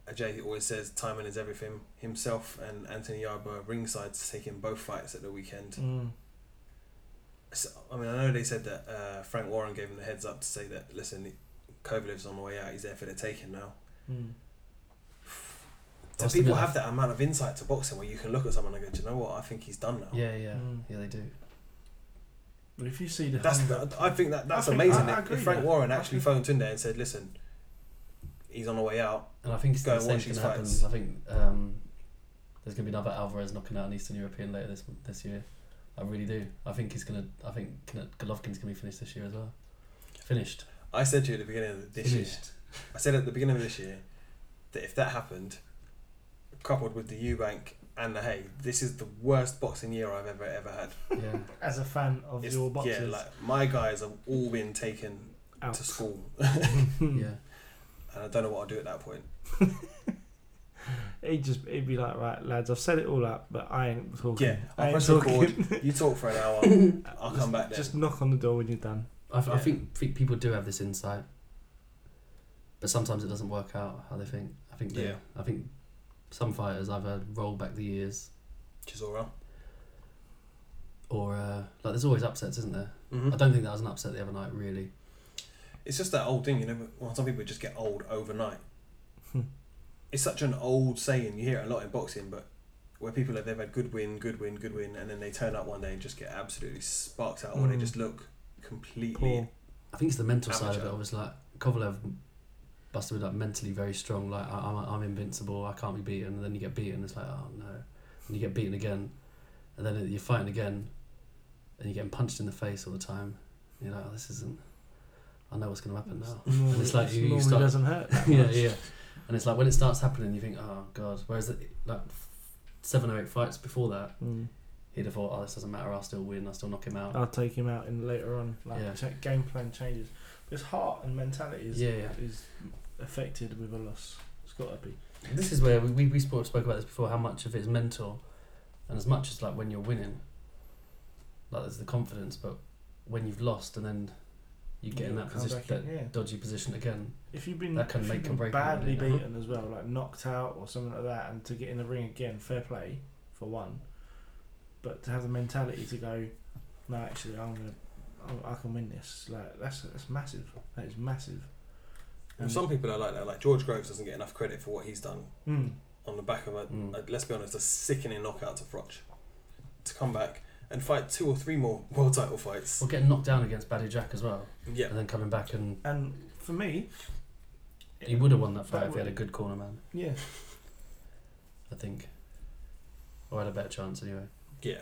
C: Ajay always says timing is everything. Himself and Anthony Yarba ringside to take in both fights at the weekend.
E: Mm.
C: So, I mean, I know they said that uh, Frank Warren gave him the heads up to say that listen, Kovalev's on the way out. He's there for the taking now.
E: Mm.
C: Do
D: Must
C: people
D: admit,
C: have that amount of insight to boxing where you can look at someone and go, do you know what? I think he's done now.
D: Yeah, yeah.
E: Mm.
D: Yeah, they do.
E: But if you see the
C: That's
E: hunger,
C: I think that that's
E: I think-
C: amazing.
E: I- I
C: if-
E: agree
C: if Frank
E: with that.
C: Warren
E: I
C: actually phoned Tunde and said, "Listen, he's on the way out,"
D: And I think it's
C: Go
D: the
C: and
D: same
C: watch
D: thing
C: his
D: happens.
C: fights.
D: I think um, there's going to be another Alvarez knocking out an Eastern European later this this year. I really do. I think he's going to. I think Kno- Golovkin's going to be finished this year as well. Finished.
C: I said to you at the beginning of this year,
D: finished.
C: I said at the beginning of this year that if that happened, coupled with the Eubank and hey, this is the worst boxing year I've ever ever had. [laughs]
D: Yeah.
E: As a fan of
C: It's-
E: your boxers,
C: yeah, like my guys have all been taken
E: out.
C: to school, [laughs] and
D: yeah.
C: I don't know what I'll do at that point.
E: He'd just he'd be like, right, lads, I've said it all up, but I ain't talking.
C: Yeah,
E: I
C: I'll
E: ain't
C: press
E: talking.
C: record. You talk for an hour.
E: [laughs]
C: I'll come back then.
E: Just knock on the door when you're done.
D: I, f- I
C: Yeah.
D: think, think people do have this insight, but sometimes it doesn't work out how they think. I think they,
C: Yeah.
D: I think some fighters I've heard roll back the years,
C: Chisora.
D: or uh, like there's always upsets, isn't there?
C: Mhm.
D: I don't think that was an upset the other night, really.
C: It's just that old thing, you know. Well, some people just get old overnight.
E: Hmm.
C: it's such an old saying. You hear it a lot in boxing, but where people have they've had good win, good win, good win, and then they turn up one day and just get absolutely sparked out, or they
E: Mm.
C: just look completely.
E: Poor.
D: I think it's the mental side of it.
C: Amateur.
D: I was like Kovalev must have been like mentally very strong. Like I, I'm, I'm invincible. I can't be beaten. And then you get beaten. It's like oh no. And you get beaten again, and then you're fighting again, and you're getting punched in the face all the time. You're like, oh, this isn't. I know what's going to happen now.
E: Normally-
D: it's like you- you
E: normally
D: start-
E: doesn't hurt. that
D: [laughs] yeah,
E: much.
D: yeah. And it's like when it starts happening, you think, oh god. Whereas the, like seven or eight fights before that,
E: Mm.
D: he'd have thought, oh, this doesn't matter. I'll still win. I'll still knock him out.
E: I'll take him out in later on. Like
D: Yeah.
E: check game plan changes. But his heart and mentality is
D: Yeah, yeah.
E: is affected with a loss. It's got to be.
D: This is where we, we, we spoke, spoke about this before. How much of it is mental, and as much as like when you're winning, like there's the confidence, but when you've lost and then you get in
E: You
D: that
E: come
D: position,
E: back
D: that
E: in, yeah.
D: dodgy position again.
E: If you've been,
D: That can
E: if you've
D: make or
E: been
D: break it,
E: badly
D: really.
E: beaten as well, like knocked out or something like that, and to get in the ring again, fair play for one. But to have the mentality to go, no, actually, I'm gonna, I, I can win this. Like that's that's massive. That is massive.
C: And
E: Hmm.
C: some people are like that. Like George Groves doesn't get enough credit for what he's done
E: Mm.
C: on the back of a,
E: Hmm.
D: Mm.
C: a- let's be honest, a sickening knockout to Frotch, to come back and fight two or three more [laughs] world title fights.
D: Or getting knocked down against Baddy Jack as well,
C: Yeah,
D: and then coming back and
E: And for me,
D: he would have won that fight
E: That
D: if he had a
E: would-
D: good corner man,
E: Yeah,
D: I think, or had a better chance anyway.
C: yeah.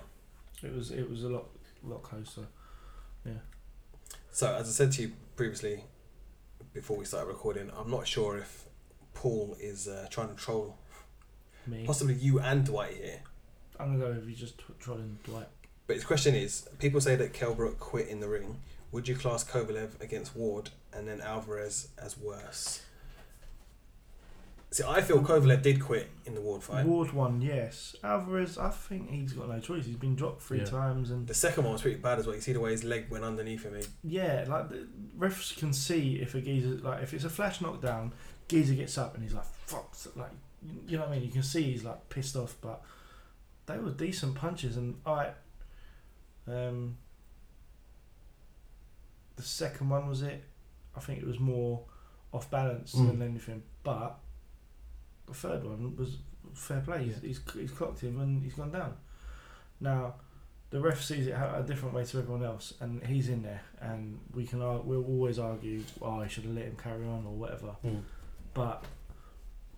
E: it was it was a lot lot closer.
C: So as I said to you previously, before we started recording, I'm not sure if Paul is uh, trying to troll
E: Me,
C: possibly you and Dwight here.
E: I'm gonna go with you just t- trolling Dwight.
C: But his question is: People say that Kelbrook quit in the ring. Would you class Kovalev against Ward and then Alvarez as worse? See, I feel Kovalev did quit in the Ward fight.
E: Ward one, yes. Alvarez, I think he's got no choice. He's been dropped three
D: Yeah.
E: times, and
C: The second one was pretty bad as well. You see the way his leg went underneath him. He
E: yeah, like the refs can see if a geezer like if it's a flash knockdown, geezer gets up and he's like fuck, like you know what I mean. You can see he's like pissed off, but they were decent punches, and I, um, the second one was it. I think it was more off balance
D: Mm.
E: than anything, but the third one was fair play. He's,
D: Yeah.
E: he's he's clocked him and he's gone down. Now, the ref sees it a different way to everyone else, and he's in there, and we can ar- we'll always argue, oh, I should have let him carry on or whatever.
D: Mm.
E: But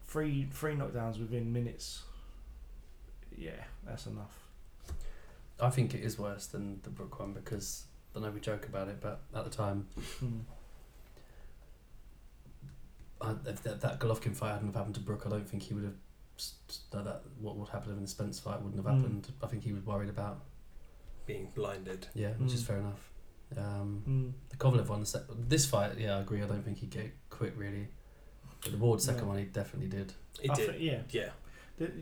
E: three three knockdowns within minutes, yeah, that's enough.
D: I think it is worse than the Brook one because I know we joke about it, but at the time,
E: Hmm.
D: I, if that, that Golovkin fight hadn't have happened to Brook, I don't think he would have. s- s- That, that what would happen in the Spence fight wouldn't have
E: Mm.
D: happened. I think he was worried about.
C: being blinded.
D: Yeah, which is
E: Mm.
D: fair enough. Um,
E: Hmm.
D: the Kovalev one, the sec- this fight, yeah, I agree. I don't think he get quit really. But the Ward second
E: No.
D: one, he definitely did.
C: He
E: I
C: did.
E: thi- yeah.
C: yeah.
E: The,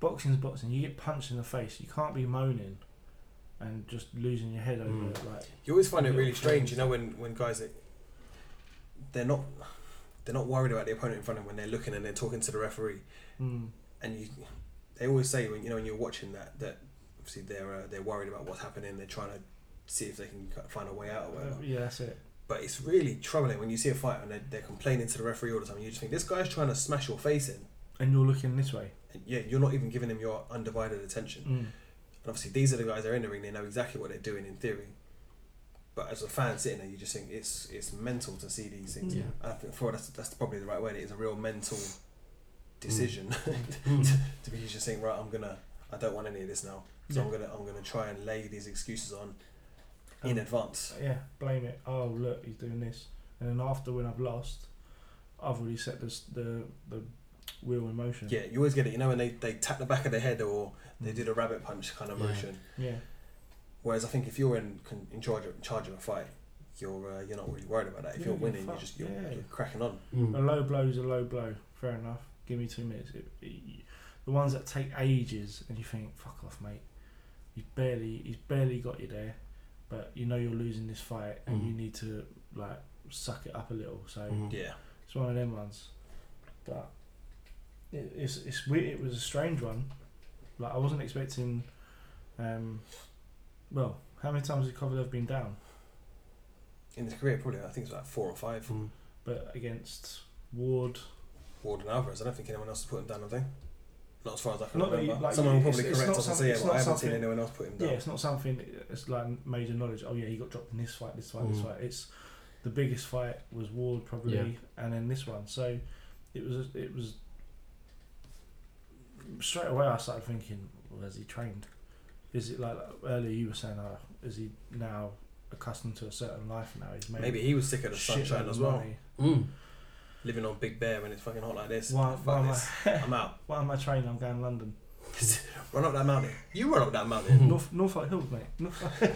E: boxing's boxing. You get punched in the face. You can't be moaning and just losing your head over
D: Mm.
E: it. Like,
C: You always find it
E: Yeah.
C: really strange, you know, when when guys are, they're not they're not worried about the opponent in front of them when they're looking and they're talking to the referee,
E: mm,
C: and you they always say when you know when you're watching that that obviously they're uh, they're worried about what's happening, they're trying to see if they can cut- find a way out or whatever.
E: yeah, that's it.
C: But it's really troubling when you see a fight and they're, they're complaining to the referee all the time. You just think this guy's trying to smash your face in,
E: And you're looking this way.
C: and yeah, you're not even giving him your undivided attention.
E: Mm.
C: And obviously, these are the guys that are in the ring. They know exactly what they're doing in theory. But as a fan sitting there, you just think it's it's mental to see these things.
D: Yeah.
C: And I think for that's that's probably the right word. It is a real mental decision [laughs]
D: Mm.
C: to be just saying, right, I'm gonna, I don't want any of this now. So I'm
E: Yeah.
C: gonna, I'm gonna try and lay these excuses on
E: Um,
C: in advance.
E: Yeah, blame it. Oh, look, he's doing this. And then after when I've lost, I've already set this, the the real emotion.
C: Yeah, you always get it. You know when they, they tap the back of the head or they do the rabbit punch kind of
D: Yeah.
C: motion.
E: Mm. Yeah.
C: Whereas I think if you're in con- in charge of, in charge of a fight, you're uh, you're not really worried about that. If
E: Yeah,
C: you're
E: you're
C: winning, you're
E: fucked,
C: just you're,
E: yeah.
C: you're cracking on.
E: A low blow's a low blow. Fair enough. Give me two minutes. It, it- the ones that take ages and you think, fuck off, mate. He's barely, he's barely got you there, but you know you're losing this fight and
C: Mm.
D: Mhm.
E: you need to like suck it up a little. So
D: Mhm.
C: Yeah,
E: it's one of them ones. But it, it's it's weird. It was a strange one. Like I wasn't expecting. Um, well, how many times has Kovalev been down?
C: in his career probably I think it's like four or five.
D: Mm.
E: But against Ward,
C: Ward and Alvarez. I don't think anyone else has put him down. Have they? Not as far as I can
E: Not that
C: remember.
E: you- like,
C: Someone will
E: it's-
C: probably
E: it's
C: correct
E: not
C: us and
E: some-
C: say, yeah,
E: it's
C: but I
E: not
C: haven't seen
E: something-
C: anyone else put him
E: Yeah,
C: down.
E: it's not something. It's like major knowledge. Oh yeah, he got dropped in this fight, this fight, this
D: Mm.
E: fight. It's the biggest fight was Ward probably,
D: Yeah.
E: and then this one. So it was. It was straight away. I started thinking, well, has he trained? Is it like earlier you were saying? Oh, is he now accustomed to a certain life now? He's made
C: Maybe he was sick of the
E: shitload
C: sunshine
E: of
C: as well.
E: money.
D: Mm.
C: Living on Big Bear when it's fucking hot like this.
E: Why,
C: Fuck
E: why, am
C: this. [laughs]
E: I,
C: I'm out.
E: why am I training? I'm going to London.
C: Run up that mountain. You run up that
E: [laughs]
D: Hmm.
C: mountain.
E: North Norfolk Hills, mate. Norfolk.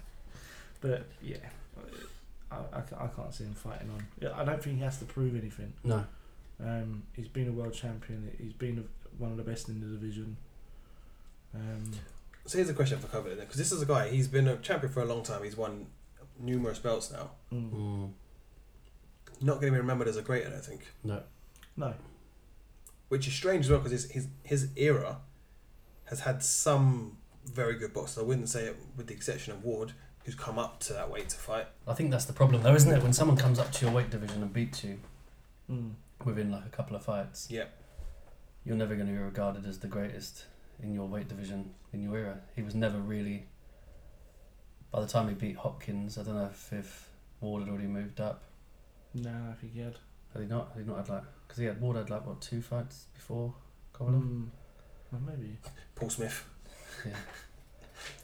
E: [laughs] but yeah, I, I, ca- I can't see him fighting on. Yeah, I don't think he has to prove anything.
D: No.
E: Um, he's been a world champion. He's been a, one of the best in the division. Um,
C: So here's a question for Covenant because this is a guy. He's been a champion for a long time. He's won numerous belts now.
E: mm.
D: Mm.
C: Not going to be remembered as a great, I don't think.
D: No.
E: No,
C: Which is strange as well because his, his his era has had some very good boxers. I wouldn't say it with the exception of Ward, who's come up to that weight to fight.
D: I think that's the problem, though, isn't it? When someone comes up to your weight division and beats you
E: mm.
D: within like a couple of fights,
C: Yep.
D: you're never going to be regarded as the greatest in your weight division in your era. He was never really. By the time he beat Hopkins, I don't know if, if Ward had already moved up.
E: no, I think he had.
D: Had he not? Had he not had like because he had Ward had like what two fights before Kovalev?
E: Mm. Well, maybe.
C: Paul Smith.
D: Yeah.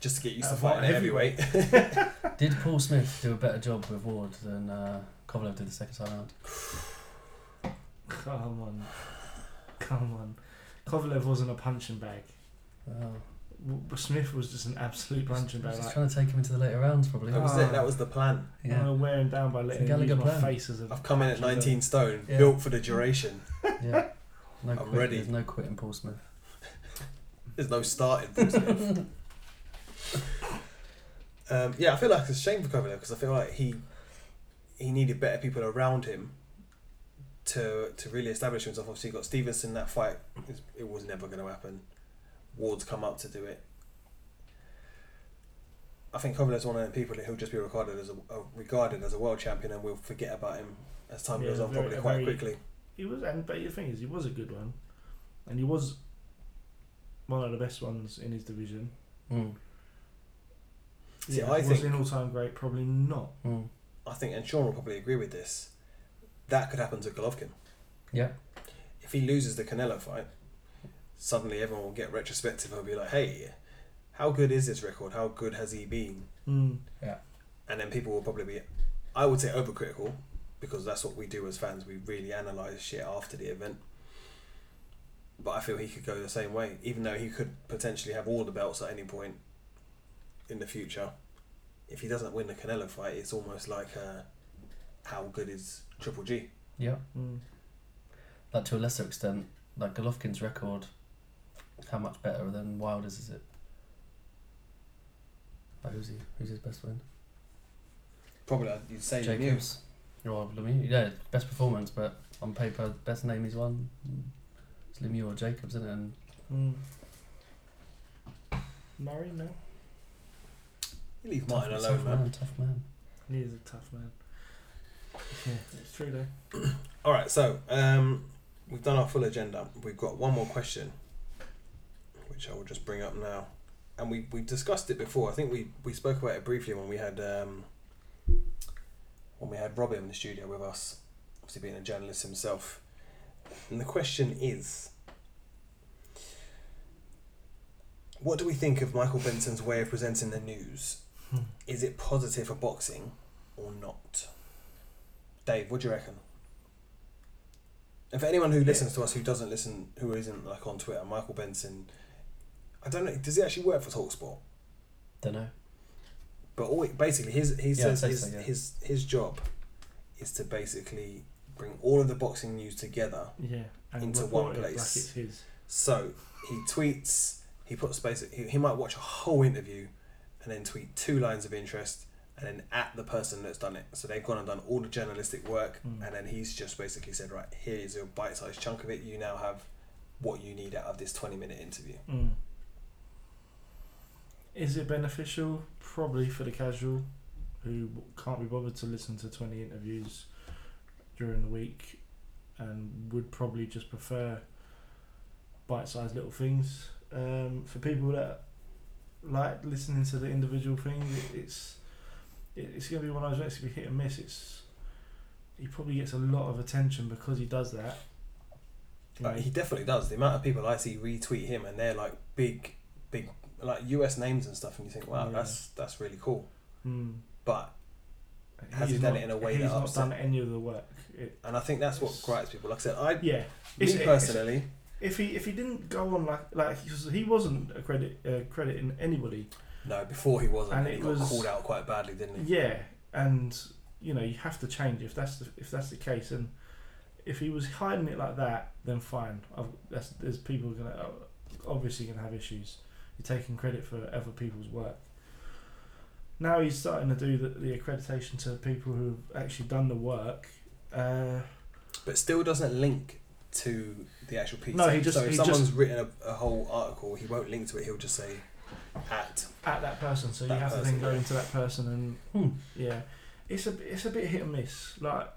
C: Just to get used
E: Uh,
C: to fighting
E: fighting
C: heavyweight.
D: Did Paul Smith do a better job with Ward than uh, Kovalev did the second time round?
E: Come on, come on. Kovalev wasn't a punching bag.
D: Oh.
E: W- Smith was just an absolute punching bag.
D: Just
E: Like,
D: trying to take him into the later rounds, probably.
C: that was it. [laughs] That was the plan.
E: I'm
D: Yeah,
E: gonna wear him down by letting him
D: Gallagher
E: use my
D: plan.
E: face as a.
C: I've come in at
E: punching bag.
C: 19 stone,
D: Yeah.
C: built for the duration.
D: yeah. No
C: I'm
D: quit.
C: ready.
D: There's no quitting Paul Smith.
C: There's no starting Paul Smith. um, yeah, I feel like it's a shame for Kovalev because I feel like he he needed better people around him to to really establish himself. Obviously, you got Stevenson that fight. It's- It was never going to happen. Ward's come up to do it. I think Kovalev's one of the people who'll just be regarded as a, a regarded as a world champion, and we'll forget about him as time
E: Yeah,
C: goes on,
E: very-
C: probably
E: a
C: quite
E: very-
C: quickly.
E: He was, and but the thing is, he was a good one, and he was one of the best ones in his division.
D: Mm.
C: See,
E: yeah,
C: I
E: was
C: think-
E: an all-time great. Probably not.
D: Mm.
C: I think, and Sean will probably agree with this, that could happen to Golovkin.
D: Yeah.
C: If he loses the Canelo fight, suddenly everyone will get retrospective and be like, hey, how good is this record? How good has he been?
E: Mm.
C: And then people will probably be, I would say, overcritical because that's what we do as fans. We really analyse shit after the event. But I feel he could go the same way, even though he could potentially have all the belts at any point in the future. If he doesn't win the Canelo fight, it's almost like uh, how good is Triple G?
D: Yeah.
E: Mm.
D: Like to a lesser extent, like Golovkin's record, how much better than Wilder's is it? Like who's he? Who's his best win?
C: Probably uh, you'd say Lemieux.
D: Jacobs. Or Lemieux. Yeah, best performance, but on paper, best name he's won. mm, It's Lemieux or Jacobs, isn't it? And
E: Mm. Murray, no,
C: You leave
D: tough,
C: Martin
D: tough
C: alone,
D: man.
C: man.
D: Tough man.
E: he is a tough man. Yeah, it's true though.
C: All right, so um, we've done our full agenda. We've got one more question, which I will just bring up now, and we we discussed it before. I think we we spoke about it briefly when we had um, when we had Robbie in the studio with us, obviously being a journalist himself. And the question is, what do we think of Michael Benson's way of presenting the news? Is it positive for boxing or not? Dave, what do you reckon? And for anyone who listens to us who doesn't listen, who isn't like on Twitter, Michael Benson, I don't know, does he actually work for Talksport?
D: Don't know.
C: But all basically, his he
D: Yeah,
C: says
D: it
C: his,
D: says so, yeah.
C: his his job is to basically bring all of the boxing news together.
E: Yeah. And
C: Into
E: report
C: one
E: it
C: place.
E: Like it's his.
C: So he tweets, he puts basically he, he might watch a whole interview, and then tweet two lines of interest, and then at the person that's done it. So they've gone and done all the journalistic work,
D: Hmm.
E: Mm.
C: and then he's just basically said, right, here is your bite-sized chunk of it. You now have what you need out of this twenty-minute interview.
E: Mm. Is it beneficial? Probably for the casual who can't be bothered to listen to 20 interviews during the week and would probably just prefer bite sized little things. Um, for people that like listening to the individual things, it, it's it, it's going to be one of those where it's going to be hit and miss. It's He probably gets a lot of attention because he does that. You
C: Like,
E: know,
C: he definitely does. The amount of people I see retweet him, and they're like big, big, like US names and stuff, and you think, wow,
E: Yeah.
C: that's that's really cool.
E: mm.
C: But Has he
E: He's
C: done
E: not-
C: it in a way
E: he's
C: that
E: not
C: upset-
E: done any of the work. It,
C: and I think that's what gripes people. Like I said, I
E: yeah,
C: me
E: It's- it's-
C: personally,
E: if he if he didn't go on like like he, was, he wasn't a credit uh, crediting anybody.
C: no, before he wasn't,
E: And
C: and he
E: it
C: got
E: was-
C: called out quite badly, didn't he?
E: Yeah, and you know you have to change if that's the, if that's the case. And if he was hiding it like that, then fine. I've, that's, there's people gonna uh, obviously gonna have issues. You're taking credit for other people's work. Now he's starting to do the, the accreditation to people who've actually done the work. Uh,
C: But still doesn't link to the actual piece.
E: No, he just-
C: so if
E: he
C: someone's
E: just-
C: written a, a whole article, he won't link to it. He'll just say at
E: at that person. So
C: That
E: you have to
C: person,
E: then go
C: yeah. Hmm.
E: into that person and yeah, it's a it's a bit hit and miss. Like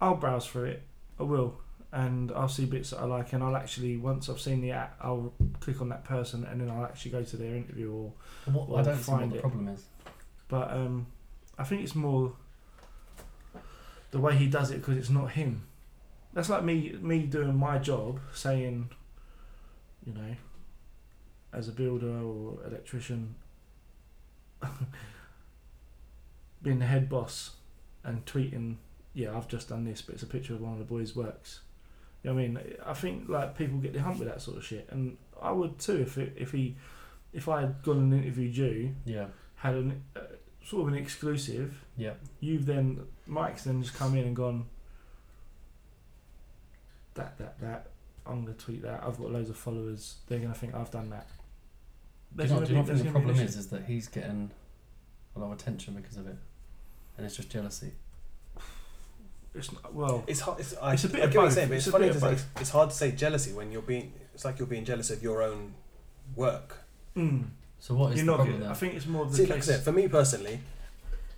E: I'll browse through it, I will, and I'll see bits that I like, and I'll actually once I've seen the app, I'll click on that person, and then I'll actually go to their interview. Or
D: What,
E: Well,
D: I don't see what
E: find
D: the
E: it.
D: problem is.
E: but um, I think it's more the way he does it because it's not him. That's like me me doing my job, saying, you know, as a builder or electrician, [laughs] being the head boss and tweeting, yeah, I've just done this, but it's a picture of one of the boys' works. You know what I mean? I think like people get the hump with that sort of shit, and I would too if it, if he if I had gone and interviewed you
D: Yeah,
E: had an uh, sort of an exclusive.
D: yeah.
E: You've then Mike's then just come in and gone. That that that. I'm gonna tweet that. I've got loads of followers. They're gonna think I've done that.
D: Do you, know,
E: gonna
D: do you
E: be-
D: not think the
E: there's gonna be
D: problem
E: an
D: is is that he's getting a lot of attention because of it, and it's just jealousy.
E: issue. It's not, well,
C: it's hard. It's, I,
E: It's a bit
C: I
E: of
C: get what you're
E: both.
C: saying, but it's,
E: It's a
C: funny to
E: bit of
C: say.
E: both.
C: It's, it's hard to say jealousy when you're being. It's like you're being jealous of your own work.
E: mm,
D: So what is
E: you're
D: the
E: not.
D: problem
E: Good. I
D: then?
E: think it's more of the
C: See, like I
E: case.
C: said, for me personally,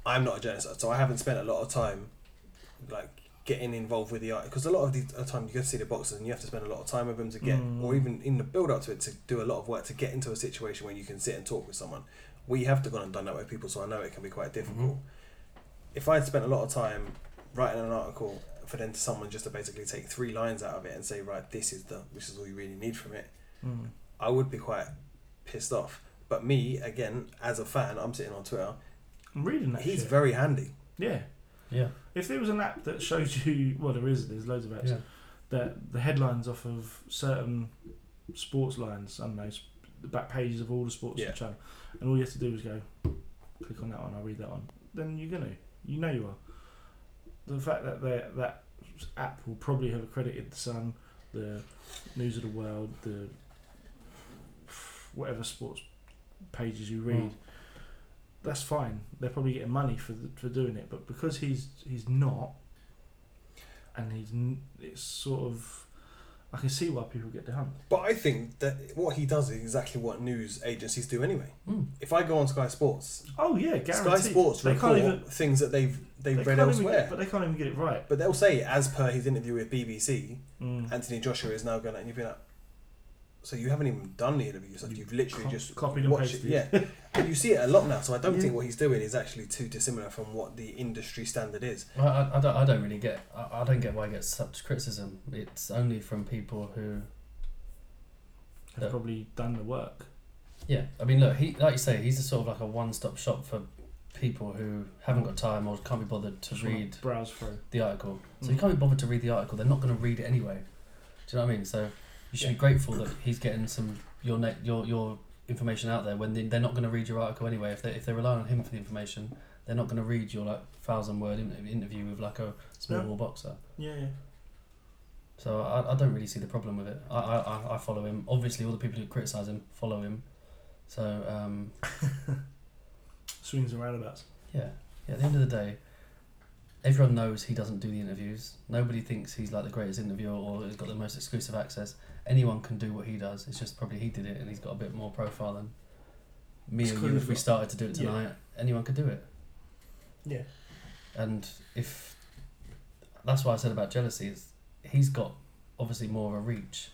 C: I'm not a journalist, so I haven't spent a lot of time like getting involved with the art because a lot of the the time you go to see the boxers and you have to spend a lot of time with them to get,
E: Mm.
C: or even in the build up to it, to do a lot of work to get into a situation where you can sit and talk with someone. We have to gone and done that with people, so I know it can be quite difficult.
E: Mm-hmm.
C: If I had spent a lot of time writing an article for then to someone just to basically take three lines out of it and say, right, this is the this is all you really need from it,
E: Mm,
C: I would be quite pissed off. But me, again, as a fan, I'm sitting on Twitter.
E: I'm reading that.
C: He's
E: shit.
C: very handy.
E: yeah.
D: Yeah,
E: If there was an app that showed you, [laughs] well, there is. There's loads of apps
D: yeah.
E: that the headlines off of certain sports lines. I don't know sp- the back pages of all the sports
C: Yeah.
E: channel, and all you have to do is go click on that one. I'll read that one. Then you're gonna, you know, you are. The fact that they- that app will probably have accredited the Sun, the News of the World, the whatever sports pages you read.
D: Mm.
E: That's fine. They're probably getting money for the, for doing it, but because he's he's not, and he's n- it's sort of I can see why people get the hump.
C: But I think that what he does is exactly what news agencies do anyway.
D: Mm.
C: If I go on Sky Sports,
E: Oh yeah, guaranteed.
C: Sky Sports
E: they
C: report
E: can't even
C: things that they've
E: they
C: they've read
E: can't even
C: elsewhere.
E: get, but
C: but,
E: they can't even get it right.
C: they'll say, as per his interview with BBC,
E: Mm.
C: Anthony Joshua is now going, and you've been like, so you haven't even done the interview yourself.
E: You
C: You've literally
E: co-
C: just
E: copied and
C: watched
E: pasted.
C: It. Yeah, and you see it a lot now. So I don't
E: [laughs] Yeah.
C: think what he's doing is actually too dissimilar from what the industry standard is.
D: I, I, I don't, I don't really get I, I don't get why I get such criticism. It's only from people who
E: They've
D: Yeah.
E: probably done the work.
D: yeah. I mean, look, he like you say, he's a sort of like a one stop shop for people who haven't got time or can't be bothered to
E: Just wanna
D: read
E: browse through.
D: the article. So you
E: Mhm.
D: can't be bothered to read the article. They're not going to read it anyway. Do you know what I mean? So you should be grateful that he's getting some your net your your information out there when they, they're not going to read your article anyway. If they if they rely on him for the information, they're not going to read your like thousand word in- interview with like a small
E: No.
D: boxer.
E: Yeah, yeah.
D: So I, I don't really see the problem with it. I, I, I- I follow him. Obviously, all the people who criticise him follow him. So um,
E: Swings and roundabouts.
D: yeah, yeah. At the end of the day, everyone knows he doesn't do the interviews. Nobody thinks he's like the greatest interviewer or has got the most exclusive access. Anyone can do what he does. It's just probably he did it and he's got a bit more profile than me
E: It's
D: and you.
E: clearly
D: If we
E: got-
D: started to do it
E: yeah.
D: tonight, anyone could do it.
E: Yeah.
D: And if that's why I said about jealousy is he's got obviously more of a reach.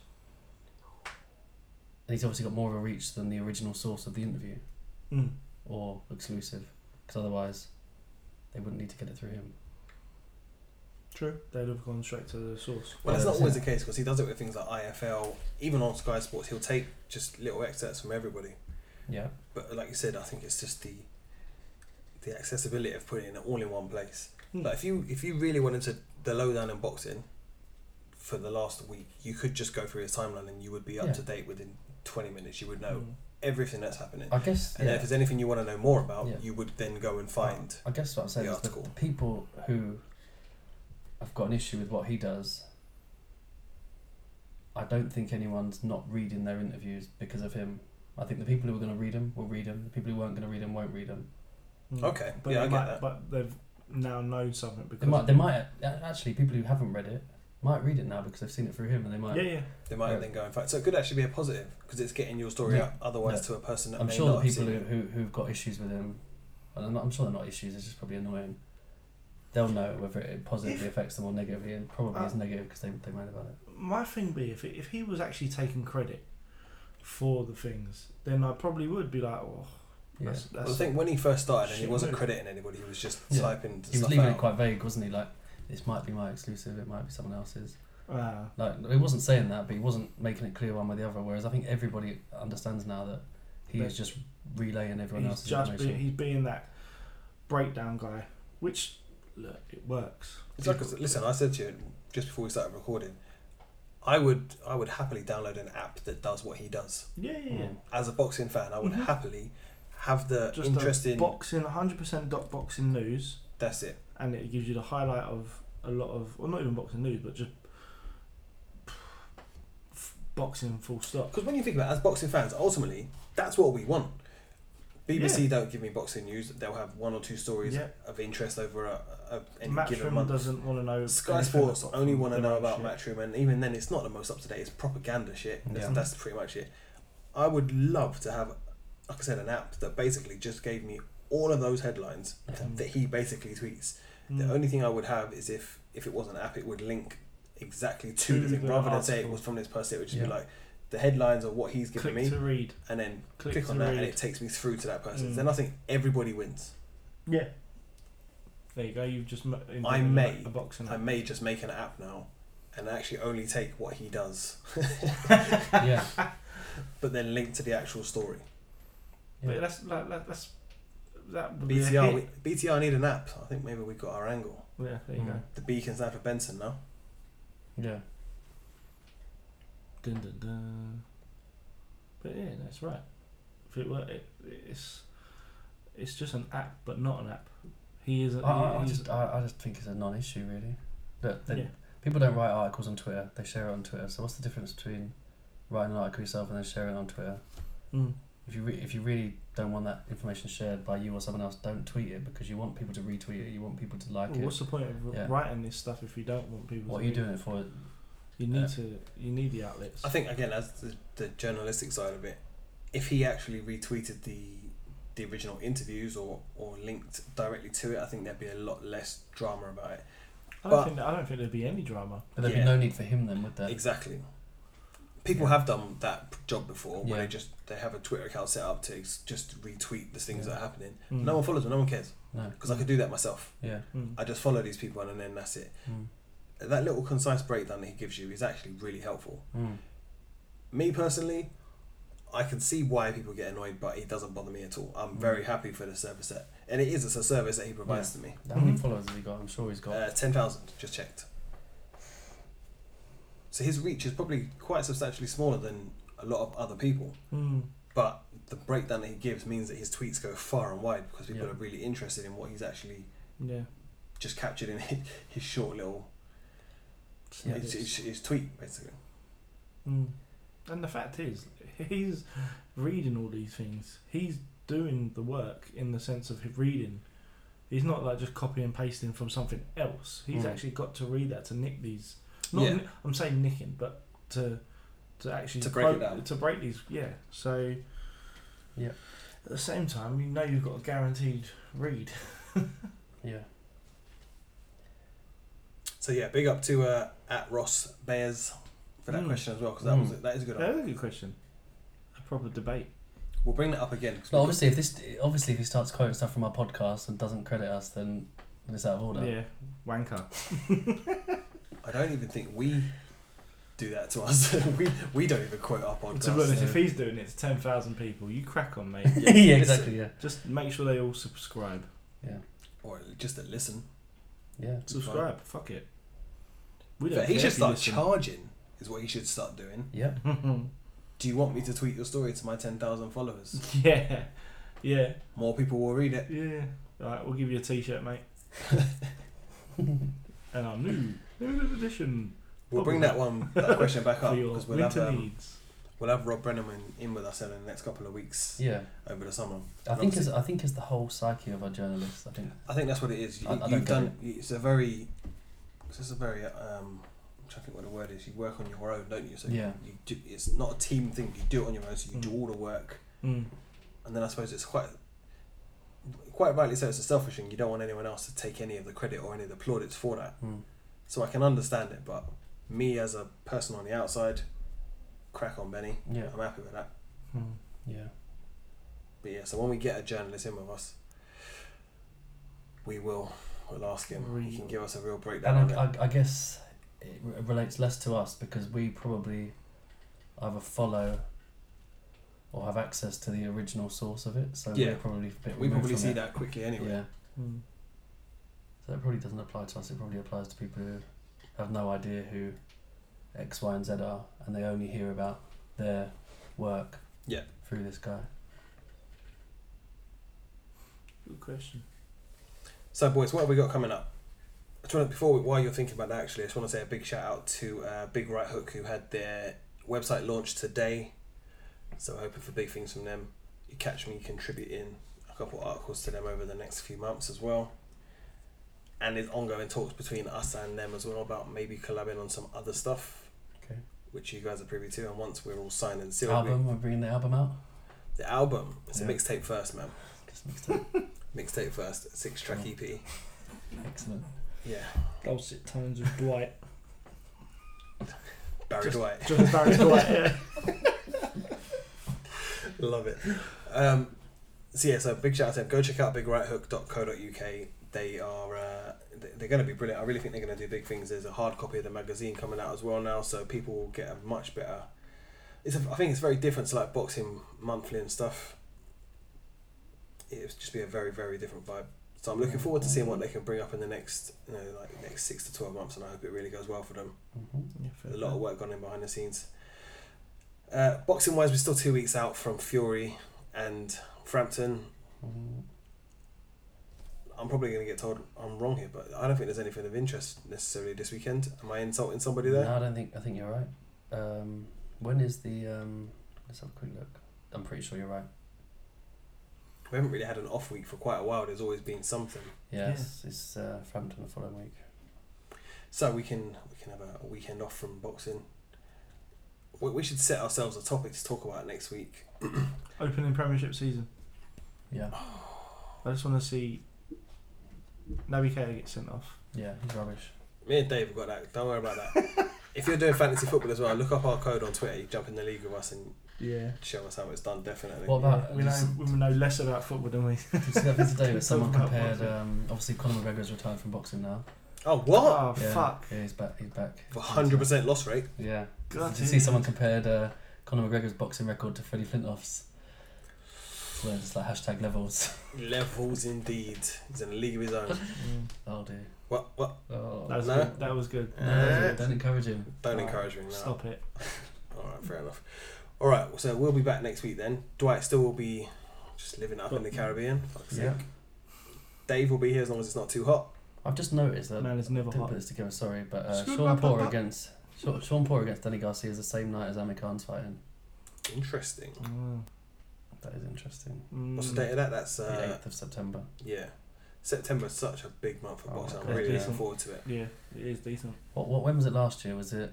D: And he's obviously got more of a reach than the original source of the interview
E: Mm.
D: or exclusive, because otherwise they wouldn't need to get it through him.
E: True. They'd have gone straight to the source.
C: Well, that's
D: Yeah,
C: not always the
D: that's
C: case because he does it with things like IFL, even on Sky Sports. He'll take just little excerpts from everybody.
D: Yeah.
C: But like you said, I think it's just the the accessibility of putting it all in one place.
E: Hmm.
C: Like if you if you really wanted to the lowdown in boxing for the last week, you could just go through his timeline and you would be up
D: Yeah. Hmm.
C: to date within twenty minutes. You would know
E: Mm.
C: everything that's happening.
D: I guess
C: And then
D: yeah.
C: if there's anything you want to know more about,
D: Yeah.
C: you would then go and find.
D: I guess what I'm saying
C: the
D: is the,
C: article.
D: the people who have got an issue with what he does. I don't think anyone's not reading their interviews because of him. I think the people who were going to read them will read them. The people who weren't going to read them won't read them.
E: Mm.
C: Okay,
E: But
C: yeah,
E: they
C: I get
E: might,
C: that.
E: But they've now known something
D: They
E: because.
D: might, they might a- actually people who haven't read it might read it now because they've seen it through him, and they might.
E: yeah, yeah.
C: They might
D: Yeah.
C: then go and find. So it could actually be a positive because it's getting your story
D: Yeah.
C: out. Otherwise, to a person that
D: I'm
C: may
D: sure
C: not
D: the people
C: have
D: who,
C: seen it.
D: who who've got issues with him, and I'm, not, I'm sure they're not issues. It's just probably annoying. They'll know whether it positively affects them or negatively. It probably
E: Uh,
D: is negative because they they moan about it.
E: My thing be if if he was actually taking credit for the things, then I probably would be like, oh,
D: Yeah.
E: that's, that's
C: Well, I think when he first started, and he
E: Shit
C: wasn't
E: move.
C: crediting anybody, he was just
D: Yeah.
C: typing
D: He was
C: stuff
D: leaving
C: out.
D: it quite vague, wasn't he? Like, this might be my exclusive, it might be someone else's.
E: ah,
D: Like, he wasn't saying that, but he wasn't making it clear one way or the other. Whereas I think everybody understands now that he
E: But
D: is just relaying everyone
E: he's
D: else's
E: just
D: information.
E: being, he's being that breakdown guy, which look, it works.
C: It's like, 'cause, listen, I said to you just before we started recording, I would I would happily download an app that does what he does.
E: yeah, yeah, yeah.
D: Mm.
C: As a boxing fan, I would
D: Mm-hmm.
E: Mhm.
C: happily have the
E: Just
C: interest
E: a
C: in.
E: boxing, hundred percent dot boxing news,
C: That's it.
E: and it gives you the highlight of a lot of, well, not even boxing news, but just f- boxing full stop.
C: Because when you think about it, as boxing fans, ultimately, that's what we want. BBC don't give me boxing news. They'll have one or two stories
E: Yeah.
C: of interest over a, a, any given
E: Matchroom
C: month.
E: doesn't want to know.
C: Sky
E: anything [laughs]
C: Sports
E: apart
C: only
E: from
C: want to
E: their
C: know
E: own
C: about
E: shit.
C: Matchroom, and even then, it's not the most up to date. It's propaganda shit. That's,
D: Yeah.
C: that's pretty much it. I would love to have, like I said, an app that basically just gave me all of those headlines
E: Mm.
C: that he basically tweets.
E: Mm.
C: The only thing I would have is if if it was an app, it would link exactly to,
E: To
C: the thing
E: the
C: rather than say it
E: article.
C: was from this person. It would just be
D: Yeah.
C: like the headlines of what he's given
E: Click
C: me,
E: to read.
C: and then
E: Click,
C: click
E: to
C: on that,
E: read.
C: and it takes me through to that person.
E: Mm.
C: Then I think everybody wins.
E: Yeah. There you go. You've just m-
C: I
E: invented
C: may-
E: a boxing.
C: I may just make an app now, and actually only take what he does. [laughs]
E: [laughs]
D: yeah.
C: but then linked to the actual story.
E: But
D: Yeah.
E: that's like, that, that's that. Would Be a
C: BTR,
E: hit.
C: we, BTR need an app. I think maybe we got our angle.
E: Yeah, there you go.
D: Mm.
C: The B can stand for Benson now.
D: Mm-hmm. Yeah.
E: Dun, dun, dun. But yeah, that's right. If it were, it, it's it's just an app, but not an app. He is. A,
D: I, I, I
E: he's,
D: Oh, just, I, I just think it's a non issue, really. But then
E: yeah.
D: people don't write articles on Twitter, they share it on Twitter. So, what's the difference between writing an article yourself and then sharing it on Twitter?
E: Mm.
D: If you, re- if you really don't want that information shared by you or someone else, don't tweet it because you want people to retweet it, you want people to like
E: Well,
D: it.
E: what's the point of
D: Yeah.
E: writing this stuff if you don't want people?
D: What are
E: to
D: you
E: read
D: doing it for?
E: it? You need
D: Yeah.
E: to. You need the outlets.
C: I think again, as the, the journalistic side of it, if he actually retweeted the the original interviews or or linked directly to it, I think there'd be a lot less drama about it.
E: I don't
C: but-
E: think. I don't think there'd be any drama.
D: But there'd
C: Yeah.
D: be no need for him then, would there?
C: Exactly. People have done that job before, where
D: Yeah.
C: they just they have a Twitter account set up to ex- just retweet the things
D: Yeah. Hmm.
C: that are happening.
E: Mm.
C: No one follows me. No one cares
D: No.
C: because I could do that myself.
D: Yeah.
E: Mm.
C: I just follow these people and then that's it.
D: Mm.
C: That little concise breakdown that he gives you is actually really helpful.
D: Mm.
C: Me personally, I can see why people get annoyed, but it doesn't bother me at all. I'm
D: Mm.
C: very happy for the service that and it is. It's a service that he provides to me.
D: How many followers has he got? I'm sure he's got.
C: Uh, ten thousand, just checked. So his reach is probably quite substantially smaller than a lot of other people,
E: Mm.
C: but the breakdown that he gives means that his tweets go far and wide because people
D: Yeah.
C: are really interested in what he's actually
E: Yeah.
C: just captured in [laughs] his, his short little
E: Yeah,
C: his,
E: it
C: his, his tweet basically.
E: Mm. And the fact is, he's reading all these things. He's doing the work in the sense of him reading. He's not like just copy and pasting from something else. He's
D: Mm.
E: actually got to read that to nick these. Not
C: Yeah.
E: ni- I'm saying nicking, but to to actually
C: To break it
E: quote-
C: down.
E: To break these, yeah. So
D: Yeah.
E: At the same time, you know you've got a guaranteed read.
D: Yeah.
C: So yeah, big up to uh, at Ross Bears for that
E: Mm.
C: question as well because that
D: Mm.
C: was that is a good. One.
E: That's a good question. A proper debate.
C: We'll bring that up again. 'cause
D: But
C: we-
D: obviously, if this obviously if he starts quoting stuff from our podcast and doesn't credit us, then then it's out of order. [laughs]
E: Yeah, wanker.
C: I don't even think we do that to us. [laughs] we we don't even quote our podcast.
E: To be honest,
D: so-
E: if he's doing it to ten thousand people, you crack on, mate.
D: [laughs] Yeah,
C: Yeah,
D: exactly. Yeah.
E: Just make sure they all subscribe.
D: Yeah.
C: or just a listen.
D: Yeah.
E: Subscribe. Fuck it. We
C: But he should
E: care if you
C: start
E: listen.
C: charging. Is what he should start doing.
D: Yeah.
C: Do you want me to tweet your story to my ten thousand followers?
E: [laughs] yeah, yeah,
C: More people will read it.
E: yeah. All right, we'll give you a T-shirt, [laughs] mate. and our new limited edition
C: We'll bring that
E: [laughs]
C: one that question back up
E: for your
C: because we'll have
E: winter
C: um,
E: needs.
C: we'll have Rob Brennan in- in with us in the next couple of weeks
D: Yeah.
C: over the summer.
D: I think it's I think it's the whole psyche of our journalists. I think.
C: I think that's what it is. You,
D: I- I don't
C: you've
D: get
C: done. It's a very. It's just a very. Um, I'm trying to think what the word is. You work on your own, don't you? So
D: Yeah.
C: You do, it's not a team thing. You do it on your own. So you
E: Mm.
C: do all the work,
E: Mm.
C: and then I suppose it's quite. Quite rightly so, it's a selfish thing. You don't want anyone else to take any of the credit or any of the plaudits for that.
D: Mm.
C: So I can understand it, but me as a person on the outside, crack on Benny.
D: Yeah.
C: I'm happy with that.
E: Mm.
D: Yeah.
C: But yeah, so when we get a journalist in with us, we will we'll ask him. He can give us a real breakdown. of
D: And
C: it.
D: I, I, I guess it re- relates less to us because we probably either follow or have access to the original source of it. So
C: Yeah.
D: we're probably a bit
C: We
D: removed
C: probably
D: from
C: see
D: it.
C: that quickly anyway.
D: Yeah.
E: Mm.
D: So that probably doesn't apply to us. It probably applies to people who have no idea who X, Y, and Z are, and they only hear about their work.
C: Yeah.
D: Through this guy.
E: Good question.
C: So, boys, what have we got coming up? I just want to, before we, while you're thinking about that, actually, I just want to say a big shout out to uh, Big Right Hook who had their website launched today. So, hoping for big things from them. You catch me contributing a couple articles to them over the next few months as well. And there's ongoing talks between us and them as well about maybe collabing on some other stuff,
D: Okay.
C: which you guys are privy to. And once we're all signed and sealed, we-
D: album. We're bringing the album out.
C: the album, it's a
D: Yeah.
C: mixtape first, man.
D: Just mixed up.
C: Mixtape first, six track
D: Yeah.
C: EP.
D: Excellent.
C: Yeah,
E: Dulcet tones of [laughs] Dwight.
C: Barry Dwight.
E: Just Barry Dwight. [laughs] Yeah.
C: [laughs] Love it. Um, so yeah, so big shout out to them. Go check out bigrighthook.co.uk. They are uh, th- they're going to be brilliant. I really think they're going to do big things. There's a hard copy of the magazine coming out as well now, so people will get a much better. It's a, I think it's very different to like boxing monthly and stuff. It'll just be a very very different vibe. So I'm looking forward to seeing what they can bring up in the next you know like next six to twelve months, and I hope it really goes well for them
D: Mm-hmm.
E: yeah fair
C: a lot
E: play.
C: of work gone in behind the scenes. Uh, boxing wise, we're still two weeks out from Fury and Frampton. I'm probably going to get told I'm wrong here, but I don't think there's anything of interest necessarily this weekend. Am I insulting somebody there?
D: No, I don't think. I think you're right. Um, when is the? Um, let's have a quick look. I'm pretty sure you're right.
C: We haven't really had an off week for quite a while. There's always been something,
D: Yeah,
E: Yeah.
D: It's, it's uh, Frampton the following week.
C: so we can we can have a, a weekend off from boxing. We, we should set ourselves a topic to talk about next week.
E: Opening Premiership season.
D: Yeah.
E: I just want to see Naby Keita get sent off.
D: Yeah.
E: [laughs]
D: He's rubbish.
C: Me and Dave have got that. Don't worry about that. if you're doing fantasy football as well, look up our code on Twitter. You jump in the league with us and
E: Yeah.
C: show us how it's done. Definitely.
D: What about?
E: we know we know less about football than we.
D: Did you see that thing today where someone
E: Talking about
D: compared?
E: boxing.
D: Um, obviously, Conor McGregor's retired from boxing now.
C: Oh, what?
E: Oh
D: yeah,
E: fuck!
D: Yeah, he's back. He's back.
C: For 100% loss rate.
D: Yeah.
E: God,
D: Did you see
E: yeah.
D: someone compared uh, Conor McGregor's boxing record to Freddie Flintoff's? words. It's like hashtag levels. [laughs]
C: Levels indeed. He's in a league of his own.
E: Mm.
D: Oh dear.
C: What? What?
D: Oh.
E: That was
C: No.
E: good. That was good.
D: No,
C: Eh?
D: don't encourage him.
C: Don't
E: Oh,
C: encourage him. No.
E: Stop it.
C: All right, fair enough. All right, so we'll be back next week then. Dwight still will be just living up in the Caribbean. Fuck's
D: Yeah.
C: sake. Dave will be here as long as it's not too hot.
D: I've just noticed that.
E: Man is never
D: didn't
E: hot.
D: put this together. Sorry, but uh,
E: Screw
D: Sean
E: up, up,
D: Poor
E: up.
D: against Sean, Sean Poor against Danny Garcia is the same night as Amir Khan's fighting.
C: Interesting.
E: Mm.
D: That is interesting.
C: What's the
E: Mm.
C: date of that? That's
D: The
C: uh,
D: eighth of September.
C: yeah. September's such a big month for
D: Oh,
C: boxing. I'm
D: okay.
C: really looking
E: Decent.
C: forward to it.
E: Yeah, it is decent.
D: What, what when was it last year? Was it?